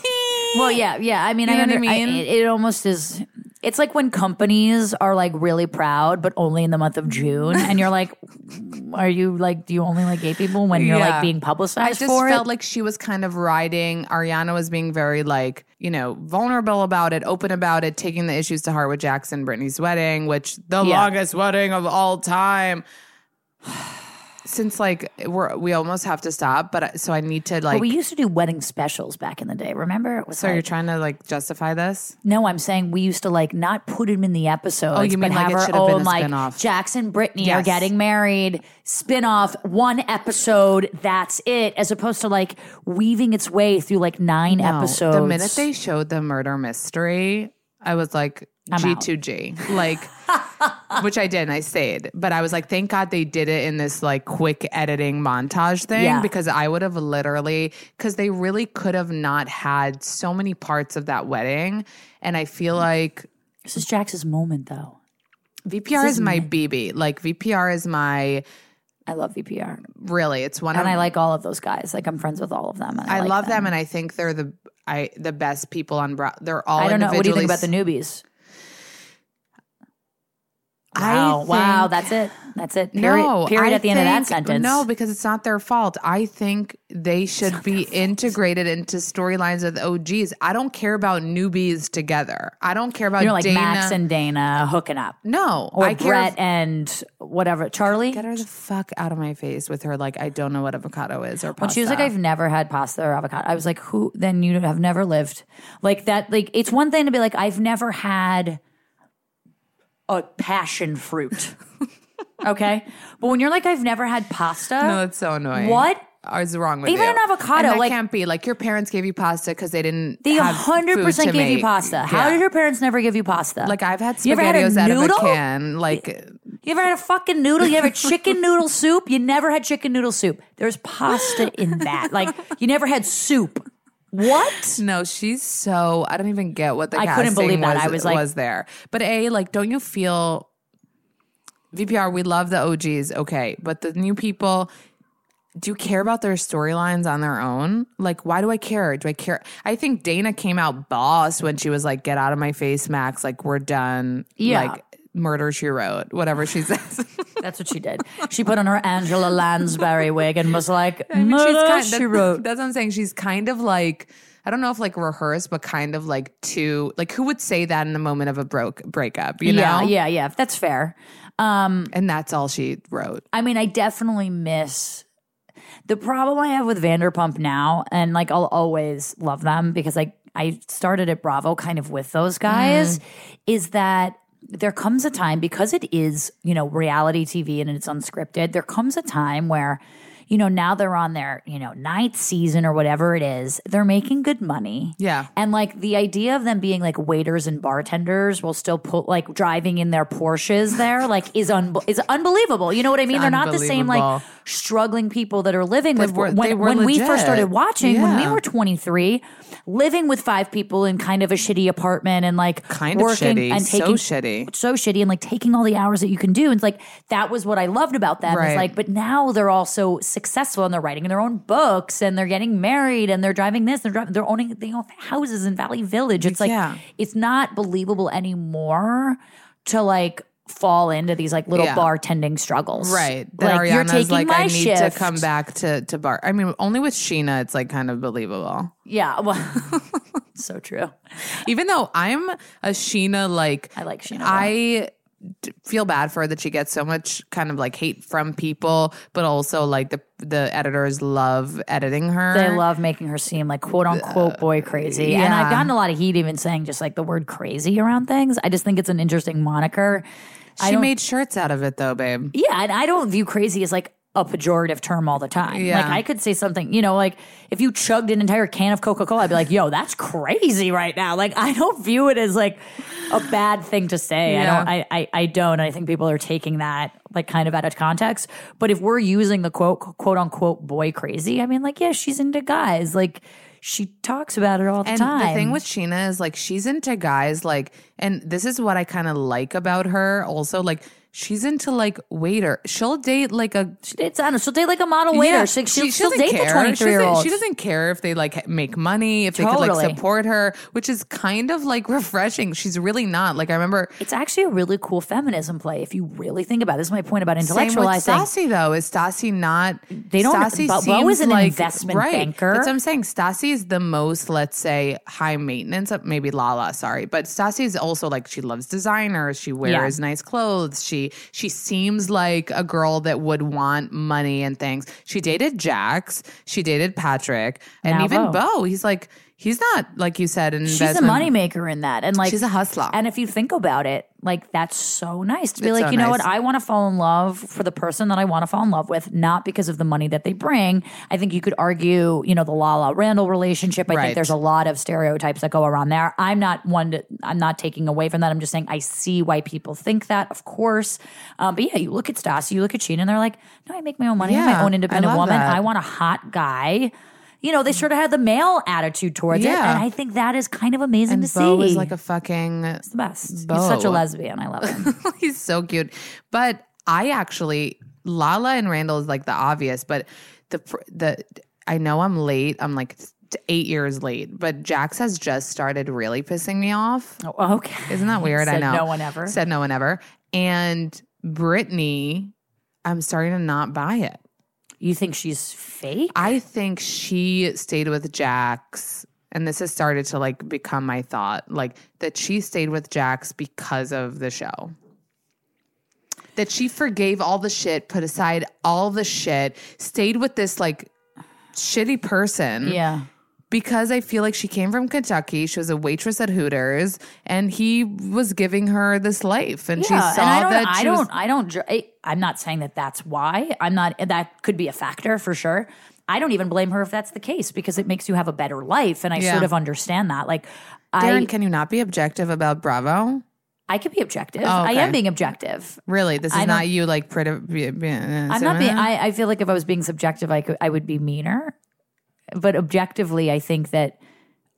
Speaker 3: Well, yeah, yeah. I mean,
Speaker 2: You
Speaker 3: I,
Speaker 2: know what I
Speaker 3: under, I
Speaker 2: mean?
Speaker 3: it, it almost is. It's like when companies are like really proud, but only in the month of June, and you're like, "Are you like? Do you only like gay people when you're
Speaker 2: Yeah.
Speaker 3: like being publicized
Speaker 2: I just
Speaker 3: for
Speaker 2: felt
Speaker 3: it?"
Speaker 2: like she was kind of riding. Ariana was being very like, you know, vulnerable about it, open about it, taking the issues to heart with Jackson Brittany's wedding, which the
Speaker 3: Yeah.
Speaker 2: longest wedding of all time. Since like we're we almost have to stop, but I- so I need to like.
Speaker 3: but we used to do wedding specials back in the day. Remember? It was
Speaker 2: so
Speaker 3: like-
Speaker 2: you're trying to like justify this?
Speaker 3: No, I'm saying we used to like not put him in the episode.
Speaker 2: Oh, you mean like
Speaker 3: have
Speaker 2: it
Speaker 3: our
Speaker 2: should have been
Speaker 3: own,
Speaker 2: a
Speaker 3: like
Speaker 2: spin-off.
Speaker 3: Jackson Brittany are
Speaker 2: Yes.
Speaker 3: getting married, spin off, one episode, that's it, as opposed to like weaving its way through like nine
Speaker 2: No.
Speaker 3: episodes.
Speaker 2: The minute they showed the murder mystery, I was like
Speaker 3: I'm
Speaker 2: G
Speaker 3: out.
Speaker 2: two G, like which I didn't. I stayed, but I was like, thank God they did it in this like quick editing montage thing
Speaker 3: Yeah.
Speaker 2: because I would have literally because they really could have not had so many parts of that wedding, and I feel
Speaker 3: Mm.
Speaker 2: like
Speaker 3: This is Jax's moment though.
Speaker 2: VPR is my BB, like VPR is my
Speaker 3: I love VPR.
Speaker 2: really. It's one
Speaker 3: And
Speaker 2: of
Speaker 3: I like all of those guys. Like I'm friends with all of them. And
Speaker 2: Um,
Speaker 3: I,
Speaker 2: I
Speaker 3: like
Speaker 2: love them. and I think they're the I the best people on. Bro- they're all
Speaker 3: I don't know. What do you
Speaker 2: individually
Speaker 3: think about the newbies?
Speaker 2: I
Speaker 3: wow, wow,
Speaker 2: think-
Speaker 3: that's it. That's it. Period, period
Speaker 2: I
Speaker 3: at the end of that
Speaker 2: think-
Speaker 3: sentence.
Speaker 2: No, because it's not their fault. I think they should be integrated into storylines with OGs. I don't care about newbies together. I don't care about
Speaker 3: you know, like
Speaker 2: Dana.
Speaker 3: Max and Dana hooking up.
Speaker 2: no,
Speaker 3: Or
Speaker 2: I care.
Speaker 3: Brett and whatever. Charlie?
Speaker 2: Get her the fuck out of my face with her. Like I don't know what avocado is or pasta.
Speaker 3: When she was like, I've never had pasta or avocado. I was like, who? Then you have never lived. Like that, like, it's one thing to be like, I've never had a passion fruit. okay. But when you're like, I've never had pasta.
Speaker 2: no, that's Oh, so annoying.
Speaker 3: What?
Speaker 2: I was wrong with
Speaker 3: Even
Speaker 2: you.
Speaker 3: an avocado,
Speaker 2: And that
Speaker 3: like-
Speaker 2: can't be like your parents gave you pasta because they didn't.
Speaker 3: They
Speaker 2: have
Speaker 3: hundred percent
Speaker 2: food to
Speaker 3: gave you
Speaker 2: make.
Speaker 3: pasta. How
Speaker 2: Yeah.
Speaker 3: did your parents never give you pasta?
Speaker 2: Like I've had
Speaker 3: You ever had a
Speaker 2: spaghettios out of a
Speaker 3: noodle?
Speaker 2: can. Like
Speaker 3: You ever had a fucking noodle? You ever had chicken noodle soup? You never had chicken noodle soup. There's pasta in that. Like you never had soup. What?
Speaker 2: No, she's so I don't even get what the
Speaker 3: I couldn't
Speaker 2: casting
Speaker 3: believe that.
Speaker 2: Was,
Speaker 3: I was like-
Speaker 2: was there, but a like, don't you feel VPR? We love the OGs, okay, but the new people. Do you care about their storylines on their own? Like, why do I care? Do I care? I think Dana came out boss when she was like, "Get out of my face, Max! Like, we're done."
Speaker 3: Yeah.
Speaker 2: Like, murder she wrote, whatever she says.
Speaker 3: That's what she did. She put on her Angela Lansbury wig and was like,
Speaker 2: I mean,
Speaker 3: "Murder,"
Speaker 2: that-
Speaker 3: she wrote.
Speaker 2: That's what I'm saying. She's kind of like I don't know if like rehearsed, but kind of like too like who would say that in the moment of a broke breakup, you
Speaker 3: yeah,
Speaker 2: know?
Speaker 3: yeah, yeah. That's fair. Um,
Speaker 2: And that's all she wrote.
Speaker 3: I mean, I definitely miss the problem I have with Vanderpump now, and like I'll always love them because I I started at Bravo kind of with those guys, is that there comes a time because it is you know reality TV and it's unscripted. There comes a time where you know now they're on their you know ninth season or whatever it is. They're making good money.
Speaker 2: Yeah.
Speaker 3: And like the idea of them being like waiters and bartenders while still pull, like driving in their Porsches there like is un- is unbelievable. You know what I mean? They're not the same like
Speaker 2: unbelievable.
Speaker 3: struggling people that are living with
Speaker 2: were-
Speaker 3: when,
Speaker 2: they were
Speaker 3: when we first
Speaker 2: legit.
Speaker 3: started watching when we
Speaker 2: Yeah.
Speaker 3: were 23 living with five people in kind of a shitty apartment and like
Speaker 2: Kind of
Speaker 3: working
Speaker 2: shitty,
Speaker 3: and
Speaker 2: so
Speaker 3: taking
Speaker 2: shitty.
Speaker 3: so shitty and like taking all the hours that you can do and it's like that was what I loved about them It's
Speaker 2: Right.
Speaker 3: like but now they're all so successful and they're writing their own books and they're getting married and they're driving this they're driving they're owning they own houses in Valley Village it's like
Speaker 2: Yeah.
Speaker 3: it's not believable anymore to like fall into these like little
Speaker 2: Yeah.
Speaker 3: bartending struggles
Speaker 2: Right. That
Speaker 3: like
Speaker 2: Ariana's
Speaker 3: you're taking
Speaker 2: like,
Speaker 3: my
Speaker 2: I need
Speaker 3: shift
Speaker 2: to come back to to bar. I mean, only with Sheena it's like kind of believable.
Speaker 3: Yeah, well, so true.
Speaker 2: Even though I'm a Sheena like
Speaker 3: I like Sheena.
Speaker 2: I d- feel bad for her that she gets so much kind of like hate from people, but also like the the editors love editing her.
Speaker 3: They love making her seem like quote unquote boy crazy. And I've
Speaker 2: yeah.
Speaker 3: gotten a lot of heat even saying just like the word crazy around things. I just think it's an interesting moniker. I
Speaker 2: She
Speaker 3: don't-
Speaker 2: made shirts out of it though, babe.
Speaker 3: Yeah, and I don't view crazy as like a pejorative term all the time.
Speaker 2: Yeah.
Speaker 3: Like I could say something, you know, like if you chugged an entire can of Coca Cola, I'd be like, yo, that's crazy right now. Like I don't view it as like a bad thing to say. I don't I, I I don't. I think people are taking that like kind of out of context. But if we're using the quote quote unquote boy crazy, I mean like, yeah, she's into guys. Like she talks about it all the
Speaker 2: And
Speaker 3: time.
Speaker 2: the thing with Sheena is like she's into guys like and this is what I kind of like about her also like she's into like waiter. She'll date like a
Speaker 3: She dates, I don't know, she'll date like a model waiter.
Speaker 2: Yeah,
Speaker 3: she, she'll,
Speaker 2: she
Speaker 3: she'll
Speaker 2: doesn't
Speaker 3: date the
Speaker 2: care.
Speaker 3: 23 year
Speaker 2: She doesn't,
Speaker 3: old.
Speaker 2: she doesn't care if they like make money, if they could
Speaker 3: Totally.
Speaker 2: like support her, which is kind of like refreshing. She's really not. Like I remember
Speaker 3: It's actually a really cool feminism play if you really think about it. This is my point about
Speaker 2: same with
Speaker 3: intellectualizing.
Speaker 2: Stassi though. Is Stassi not? They
Speaker 3: don't-
Speaker 2: Stassi
Speaker 3: Bo- Bo
Speaker 2: seems
Speaker 3: is an
Speaker 2: like-
Speaker 3: investment
Speaker 2: right.
Speaker 3: banker.
Speaker 2: That's what I'm saying. Stassi is the most, let's say, high maintenance. uh, Maybe Lala, sorry, but Stassi is also like she loves designers. She wears nice clothes. She she seems like a girl that would want money and things. She dated Jax. She dated Patrick, and
Speaker 3: Now
Speaker 2: even
Speaker 3: Bo.
Speaker 2: Bo. He's like he's not like you said. An
Speaker 3: She's a
Speaker 2: investment-
Speaker 3: moneymaker in that. And like
Speaker 2: She's a hustler.
Speaker 3: And if you think about it, like that's so nice to be
Speaker 2: It's
Speaker 3: like,
Speaker 2: so
Speaker 3: you know what?
Speaker 2: nice.
Speaker 3: I want to fall in love for the person that I want to fall in love with, not because of the money that they bring. I think you could argue, you know, the Lala Randall relationship. I
Speaker 2: Right.
Speaker 3: think there's a lot of stereotypes that go around there. I'm not one to, I'm not taking away from that. I'm just saying I see why people think that, of course. Um, but yeah, you look at Stassi, you look at Sheena, and they're like, no, I make my own money. I'm
Speaker 2: Yeah,
Speaker 3: my own
Speaker 2: I
Speaker 3: independent
Speaker 2: love
Speaker 3: woman.
Speaker 2: that. Mm.
Speaker 3: I want a hot guy. You know, they sort of had the male attitude towards it.
Speaker 2: Yeah.
Speaker 3: And I think that is kind of amazing
Speaker 2: And
Speaker 3: to
Speaker 2: Bo
Speaker 3: see.
Speaker 2: is like a fucking
Speaker 3: the best. He's such a
Speaker 2: Bo.
Speaker 3: lesbian. I love him.
Speaker 2: He's so cute. But I actually Lala and Randall is like the obvious, but the pr- the I know I'm late. I'm like t- 8 years late, but Jax has just started really pissing me off.
Speaker 3: oh, okay.
Speaker 2: Isn't that weird? I
Speaker 3: Said
Speaker 2: know.
Speaker 3: no one ever.
Speaker 2: Said no one ever. And Brittany, I'm starting to not buy it.
Speaker 3: You think she's fake?
Speaker 2: I think she stayed with Jax, and this has started to like become my thought, like that she stayed with Jax because of the show. That she forgave all the shit, put aside all the shit, stayed with this like shitty person
Speaker 3: yeah.
Speaker 2: because I feel like she came from Kentucky. She was a waitress at Hooters, and he was giving her this life, and she
Speaker 3: yeah.
Speaker 2: saw
Speaker 3: and I don't,
Speaker 2: that
Speaker 3: I
Speaker 2: she
Speaker 3: don't,
Speaker 2: was
Speaker 3: I don't, dr- I, I'm not saying that that's why. I'm not, that could be a factor for sure. I don't even blame her if that's the case because it makes you have a better life. And I
Speaker 2: Yeah.
Speaker 3: sort of understand that. Like,
Speaker 2: Darren,
Speaker 3: I,
Speaker 2: can you not be objective about Bravo?
Speaker 3: I could be objective. I
Speaker 2: Oh, okay.
Speaker 3: am being objective.
Speaker 2: Really, this is
Speaker 3: I don't-
Speaker 2: not you like pretty. I'm
Speaker 3: I'm not being. I, I feel like if I was being subjective, I could, I would be meaner. But objectively, I think that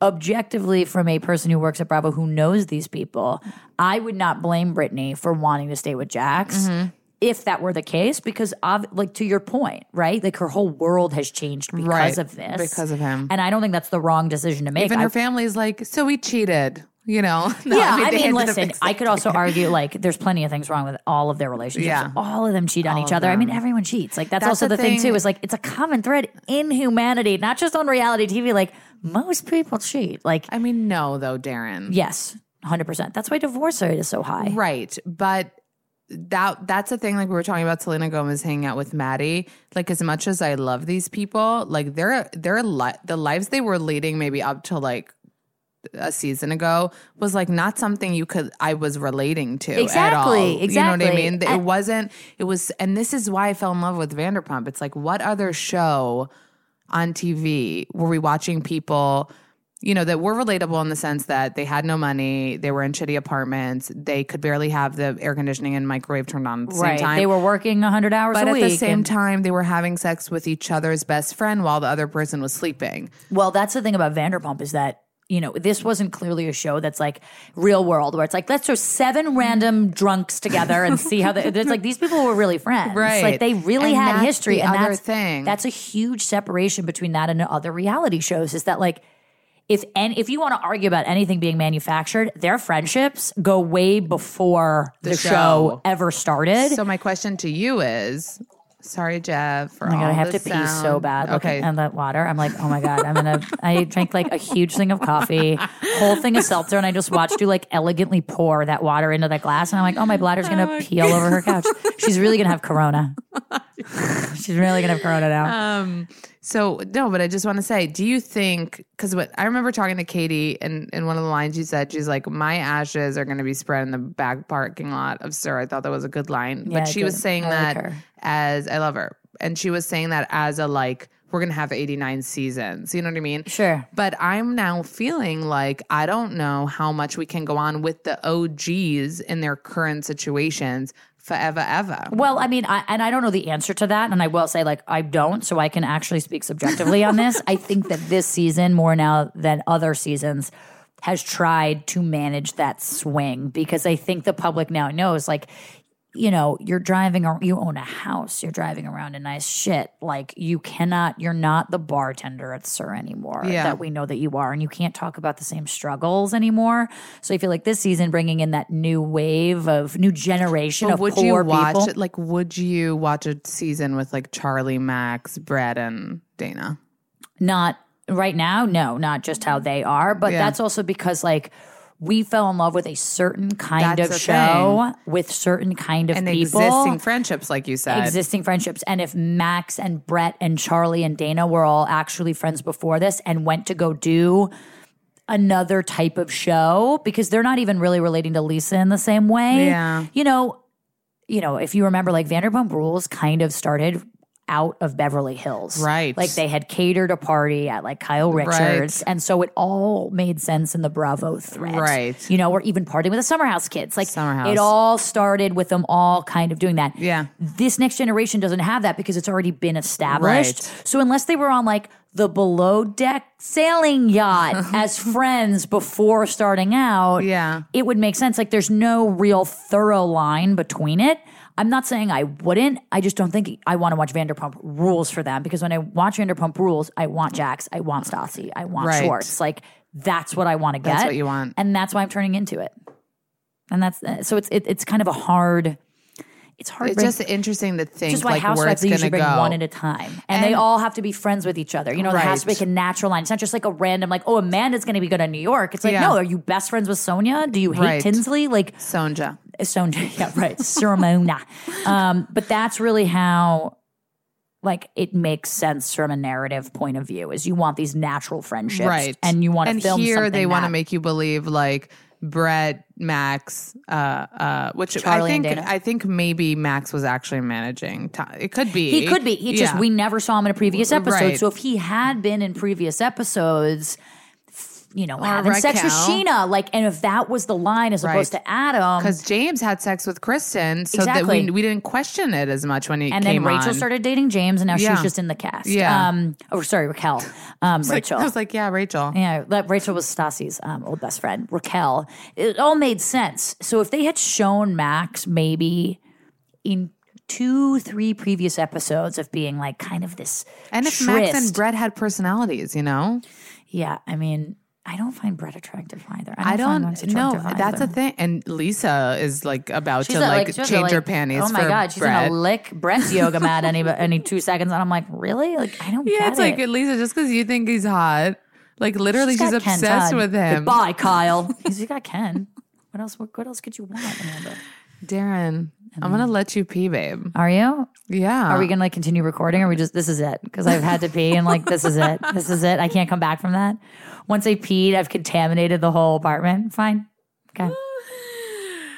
Speaker 3: objectively, from a person who works at Bravo who knows these people, I would not blame Brittany for wanting to stay with Jax.
Speaker 2: Mm-hmm.
Speaker 3: If that were the case, because of, like to your point, right? Like her whole world has changed because
Speaker 2: Right,
Speaker 3: of this,
Speaker 2: because of him.
Speaker 3: and I don't think that's the wrong decision to make.
Speaker 2: Even her
Speaker 3: I-
Speaker 2: family's like, so we cheated, you know? No,
Speaker 3: yeah,
Speaker 2: they
Speaker 3: I mean,
Speaker 2: ended up
Speaker 3: listen, I could also argue like there's plenty of things wrong with all of their relationships.
Speaker 2: Yeah.
Speaker 3: All of them cheat on each other. I mean, everyone cheats. Like that's,
Speaker 2: That's
Speaker 3: also the,
Speaker 2: the
Speaker 3: thing,
Speaker 2: thing.
Speaker 3: too. Is like it's a common thread in humanity, not just on reality TV. Like most people cheat. Like
Speaker 2: I mean, no, though, Darren.
Speaker 3: yes, hundred percent. That's why divorce rate is so high.
Speaker 2: Right. But that that's the thing like we were talking about Selena Gomez hanging out with Maddie like as much as I love these people like their their li- the lives they were leading maybe up to like a season ago was like not something you could I was relating to at all
Speaker 3: Exactly,
Speaker 2: you know what I
Speaker 3: exactly.
Speaker 2: mean it
Speaker 3: And-
Speaker 2: wasn't it was and this is why I fell in love with Vanderpump it's like what other show on TV were we watching people you know that were relatable in the sense that they had no money they were in shitty apartments they could barely have the air conditioning and microwave turned on at the
Speaker 3: Right.
Speaker 2: same time
Speaker 3: They were working hundred hours
Speaker 2: but
Speaker 3: a
Speaker 2: at
Speaker 3: week.
Speaker 2: the same
Speaker 3: and-
Speaker 2: time they were having sex with each other's best friend while the other person was sleeping
Speaker 3: Well, that's the thing about Vanderpump is that you know this wasn't clearly a show that's like real world where it's like let's throw seven random drunks together and see how they, it's like these people were really friends
Speaker 2: Right.
Speaker 3: like they really
Speaker 2: And
Speaker 3: had
Speaker 2: that's
Speaker 3: history
Speaker 2: the
Speaker 3: and
Speaker 2: other
Speaker 3: that's
Speaker 2: thing.
Speaker 3: that's a huge separation between that and other reality shows is that like if and if you want to argue about anything being manufactured their friendships go way before the, show.
Speaker 2: show.
Speaker 3: ever started
Speaker 2: so my question to you is sorry jeff for
Speaker 3: Oh my god,
Speaker 2: all
Speaker 3: I have to
Speaker 2: this
Speaker 3: pee
Speaker 2: sound.
Speaker 3: so bad. Okay,
Speaker 2: okay
Speaker 3: and that water. I'm like, oh my god, I'm gonna. I drank like a huge thing of coffee, whole thing of seltzer, and I just watched you like elegantly pour that water into that glass, and I'm like, oh my bladder's gonna pee all over her couch. She's really gonna have corona. She's really gonna have corona
Speaker 2: Uh,
Speaker 3: now.
Speaker 2: Um, So no, but I just want to say, do you think? Because what I remember talking to Katie, and in one of the lines she said, she's like, "My ashes are going to be spread in the back parking lot of Sir." I thought that was a good line,
Speaker 3: Yeah, I
Speaker 2: but she was
Speaker 3: did.
Speaker 2: saying
Speaker 3: I like
Speaker 2: that
Speaker 3: her.
Speaker 2: as I love her, and she was saying that as a like, we're going to have eighty nine seasons. You know what I mean?
Speaker 3: Sure.
Speaker 2: But I'm now feeling like I don't know how much we can go on with the OGs in their current situations forever, ever.
Speaker 3: Well, I mean, I, and I don't know the answer to that, and I will say, like, I don't, so I can actually speak subjectively on this. I think that this season, more now than other seasons, has tried to manage that swing because I think the public now knows, like, you know, you're driving, ar- you own a house, you're driving around in nice shit. Like, you cannot, you're not the bartender at Sir anymore
Speaker 2: Yeah.
Speaker 3: that we know that you are. And you can't talk about the same struggles anymore. So I feel like this season bringing in that new wave of new generation
Speaker 2: But
Speaker 3: of
Speaker 2: would
Speaker 3: poor
Speaker 2: you watch
Speaker 3: people.
Speaker 2: like would you watch a season with like Charlie, Max, Brad, and Dana?
Speaker 3: not right now no not just how they are but
Speaker 2: Yeah.
Speaker 3: that's also because like we fell in love with a certain kind
Speaker 2: That's
Speaker 3: of
Speaker 2: the
Speaker 3: show with certain kind of
Speaker 2: And
Speaker 3: people
Speaker 2: existing friendships, like you said.
Speaker 3: existing friendships and if max and brett and charlie and dana were all actually friends before this and went to go do another type of show because they're not even really relating to lisa in the same way
Speaker 2: Yeah.
Speaker 3: you know you know if you remember like vanderpump rules kind of started out of beverly hills
Speaker 2: Right.
Speaker 3: like they had catered a party at like kyle richards and so it all made sense in the bravo thread
Speaker 2: Right.
Speaker 3: you know or even partying with the summer house kids like
Speaker 2: Summer
Speaker 3: it
Speaker 2: House.
Speaker 3: all started with them all kind of doing that
Speaker 2: Yeah.
Speaker 3: this next generation doesn't have that because it's already been established.
Speaker 2: Right.
Speaker 3: So unless they were on like the below deck sailing yacht as friends before starting out,
Speaker 2: Yeah.
Speaker 3: it would make sense. Like there's no real thorough line between it. I'm not saying I wouldn't. I just don't think I want to watch Vanderpump Rules for them because when I watch Vanderpump Rules, I want Jax, I want Stassi, I want
Speaker 2: Right.
Speaker 3: Schwartz. Like that's what I want to get.
Speaker 2: That's what you want.
Speaker 3: and that's why I'm turning into it. And that's uh, so it's it, it's kind of a hard. It's hard.
Speaker 2: it's
Speaker 3: break-
Speaker 2: just interesting to think
Speaker 3: just why
Speaker 2: like where
Speaker 3: housewives
Speaker 2: it's
Speaker 3: they
Speaker 2: gonna
Speaker 3: usually bring
Speaker 2: go.
Speaker 3: one at a time, and, they
Speaker 2: And-
Speaker 3: all have to be friends with each other. You know, there has to be
Speaker 2: Right.
Speaker 3: like a natural line. It's not just like a random like, oh, Amanda's going to be good at New York. It's like,
Speaker 2: Yeah.
Speaker 3: no, are you best friends with Sonia? Do you hate
Speaker 2: Right.
Speaker 3: Tinsley? Like, uh,
Speaker 2: Sonja.
Speaker 3: Sonia, yeah, right, Sermona. um, but that's really how. Like it makes sense from a narrative point of view, is you want these natural friendships,
Speaker 2: Right.
Speaker 3: And you want to
Speaker 2: and
Speaker 3: film
Speaker 2: here
Speaker 3: something
Speaker 2: they want to
Speaker 3: that-
Speaker 2: make you believe like Brett, Max, uh, uh, which
Speaker 3: Charlie
Speaker 2: I
Speaker 3: and
Speaker 2: think
Speaker 3: Dana.
Speaker 2: I think maybe Max was actually managing. Ti- It could be.
Speaker 3: He could be. He just
Speaker 2: Yeah.
Speaker 3: we never saw him in a previous episode.
Speaker 2: Right.
Speaker 3: So if he had been in previous episodes, f- you know, having sex with
Speaker 2: Raquel.
Speaker 3: Sheena, like, and if that was the line as opposed
Speaker 2: Right.
Speaker 3: to Adam,
Speaker 2: because James had sex with Kristen, so that
Speaker 3: Exactly.
Speaker 2: we, we didn't question it as much when he
Speaker 3: and then
Speaker 2: came
Speaker 3: Rachel
Speaker 2: on.
Speaker 3: started dating James, and now she's
Speaker 2: Yeah.
Speaker 3: just in the cast.
Speaker 2: Yeah.
Speaker 3: Um. Oh, sorry, Raquel. Um. Rachel.
Speaker 2: I was like, yeah, Rachel.
Speaker 3: Yeah, that Rachel was Stassi's um, old best friend, Raquel. It all made sense. So if they had shown Max maybe in two, three previous episodes of being like kind of this,
Speaker 2: And if Max
Speaker 3: tryst-
Speaker 2: and Brett had personalities, you know,
Speaker 3: yeah, I mean, I don't find Brett attractive either.
Speaker 2: I don't
Speaker 3: find Max
Speaker 2: know.
Speaker 3: attractive
Speaker 2: That's
Speaker 3: either.
Speaker 2: the thing. And Lisa is like about
Speaker 3: She's
Speaker 2: to
Speaker 3: a-
Speaker 2: like,
Speaker 3: she's a,
Speaker 2: change her
Speaker 3: like,
Speaker 2: panties.
Speaker 3: Oh my
Speaker 2: for
Speaker 3: god, she's
Speaker 2: Brett.
Speaker 3: gonna lick Brett's yoga mat any any two seconds, and I'm like, really? Like, I don't.
Speaker 2: Yeah,
Speaker 3: get
Speaker 2: it's like
Speaker 3: it.
Speaker 2: Lisa, just because you think he's hot, like literally, she's,
Speaker 3: got Ken
Speaker 2: obsessed
Speaker 3: Todd.
Speaker 2: with him.
Speaker 3: Goodbye, Kyle. He's got Ken. What else? What, what else could you want, Amanda?
Speaker 2: Darren, I'm gonna let you pee, babe.
Speaker 3: Are you?
Speaker 2: Yeah.
Speaker 3: Are we gonna like continue recording? Or are we just this is it? Because I've had to pee and like this is it. This is it. I can't come back from that. Once I peed, I've contaminated the whole apartment. Fine. Okay.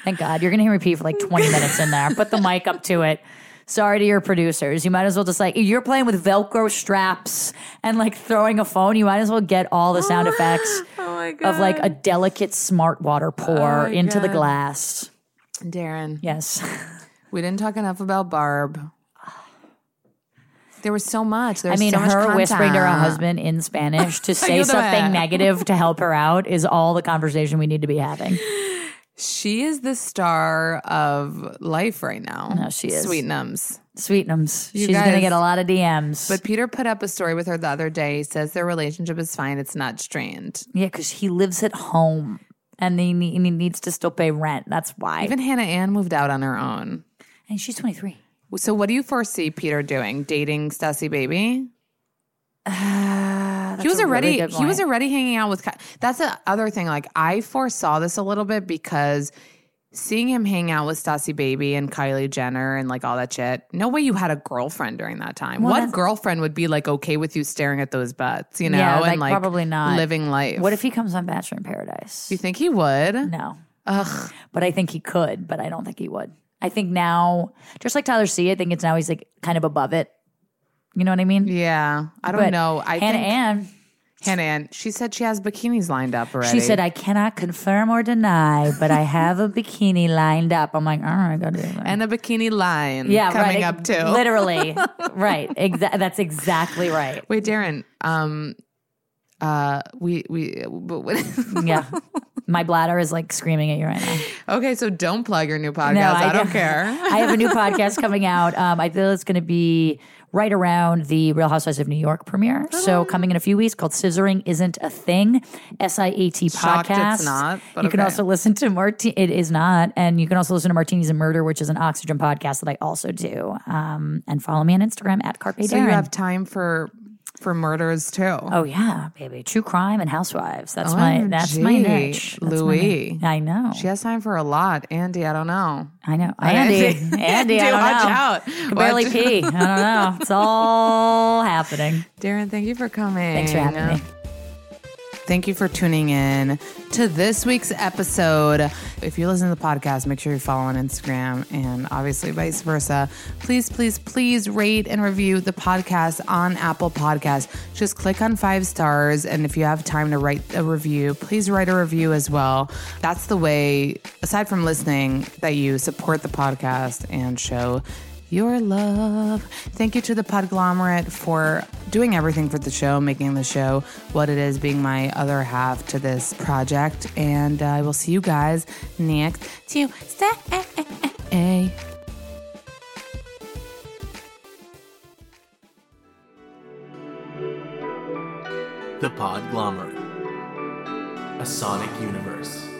Speaker 3: Thank God. You're gonna hear me pee for like 20 minutes in there. Put the mic up to it. Sorry to your producers. You might as well just like you're playing with Velcro straps and like throwing a phone. You might as well get all the sound effects of like a delicate smart water pour into the glass.
Speaker 2: Darren?
Speaker 3: Yes.
Speaker 2: We didn't talk enough about Barb. There was so much. There
Speaker 3: I
Speaker 2: was
Speaker 3: mean,
Speaker 2: so
Speaker 3: her
Speaker 2: much content.
Speaker 3: whispering to her husband in Spanish to say
Speaker 2: Ayúdame.
Speaker 3: something negative to help her out is all the conversation we need to be having.
Speaker 2: She is the star of life right now. No,
Speaker 3: she is.
Speaker 2: Sweetnums.
Speaker 3: Sweetnums. She's
Speaker 2: guys-
Speaker 3: going to get a lot of DMs.
Speaker 2: But Peter put up a story with her the other day. He says their relationship is fine. It's not strained.
Speaker 3: yeah, because he lives at home and he, ne- and he needs to still pay rent. That's why.
Speaker 2: Even Hannah Ann moved out on her own.
Speaker 3: and she's 23.
Speaker 2: So what do you foresee Peter doing? Dating Stassi Baby? he was
Speaker 3: Uh, a really
Speaker 2: already
Speaker 3: good
Speaker 2: he was
Speaker 3: point.
Speaker 2: already hanging out with Ky- that's the other thing like I foresaw this a little bit because seeing him hang out with Stassi Baby and Kylie Jenner and like all that shit no way you had a girlfriend during that time what girlfriend would be like okay with you staring at those butts you know
Speaker 3: Yeah,
Speaker 2: and
Speaker 3: like,
Speaker 2: like
Speaker 3: probably not.
Speaker 2: living life
Speaker 3: What if he comes on Bachelor in Paradise?
Speaker 2: you think he would
Speaker 3: No. Ugh. But I think he could, but I don't think he would. I think now, just like Tyler C, I think it's now he's like kind of above it. You know what I mean?
Speaker 2: yeah I don't
Speaker 3: But
Speaker 2: know I
Speaker 3: Hannah
Speaker 2: think
Speaker 3: Ann.
Speaker 2: Hannah Ann she said she has bikinis lined up already
Speaker 3: She said, I cannot confirm or deny, but I have a bikini lined up. I'm like, all right, go do it.
Speaker 2: and a bikini line
Speaker 3: yeah,
Speaker 2: coming
Speaker 3: right,
Speaker 2: up
Speaker 3: ex-
Speaker 2: too
Speaker 3: Literally. right. Exa- that's exactly right.
Speaker 2: Wait, Darren. Um, uh, we we but what-
Speaker 3: Yeah. My bladder is like screaming at you right now.
Speaker 2: Okay, so don't plug your new podcast.
Speaker 3: No,
Speaker 2: I, don't
Speaker 3: def-
Speaker 2: care.
Speaker 3: I have a new podcast coming out. Um, I feel it's going to be right around the Real Housewives of New York premiere.
Speaker 2: Oh.
Speaker 3: So coming in a few weeks, called "Scissoring Isn't a Thing." S I A T
Speaker 2: Shocked it's
Speaker 3: podcast.
Speaker 2: not, but
Speaker 3: you can
Speaker 2: okay.
Speaker 3: also listen to Martin. It is not, and you can also listen to Martinis and Murder, which is an Oxygen podcast that I also do. Um, and follow me on Instagram at Carpe
Speaker 2: So you
Speaker 3: Darren.
Speaker 2: have time for for murders too.
Speaker 3: Oh yeah, baby! True crime and housewives. That's my that's my
Speaker 2: OMG,
Speaker 3: niche. That's my
Speaker 2: Oh, Louis.
Speaker 3: niche. I know.
Speaker 2: She has time for a lot. Andy, I don't know.
Speaker 3: I know. Andy, Andy, I don't
Speaker 2: watch
Speaker 3: know.
Speaker 2: out.
Speaker 3: Can barely
Speaker 2: Watch-
Speaker 3: pee. I don't know. It's all happening.
Speaker 2: Darren, thank you for coming.
Speaker 3: Thanks for having me.
Speaker 2: Thank you for tuning in to this week's episode. If you listen to the podcast, make sure you follow on Instagram and obviously vice versa. Please, please, please rate and review the podcast on Apple Podcasts. Just click on five stars. And if you have time to write a review, please write a review as well. That's the way, aside from listening, that you support the podcast and show your love. Thank you to the Podglomerate for doing everything for the show, making the show what it is, being my other half to this project. And uh, I will see you guys next Tuesday.
Speaker 6: The Podglomerate. A Sonic Universe.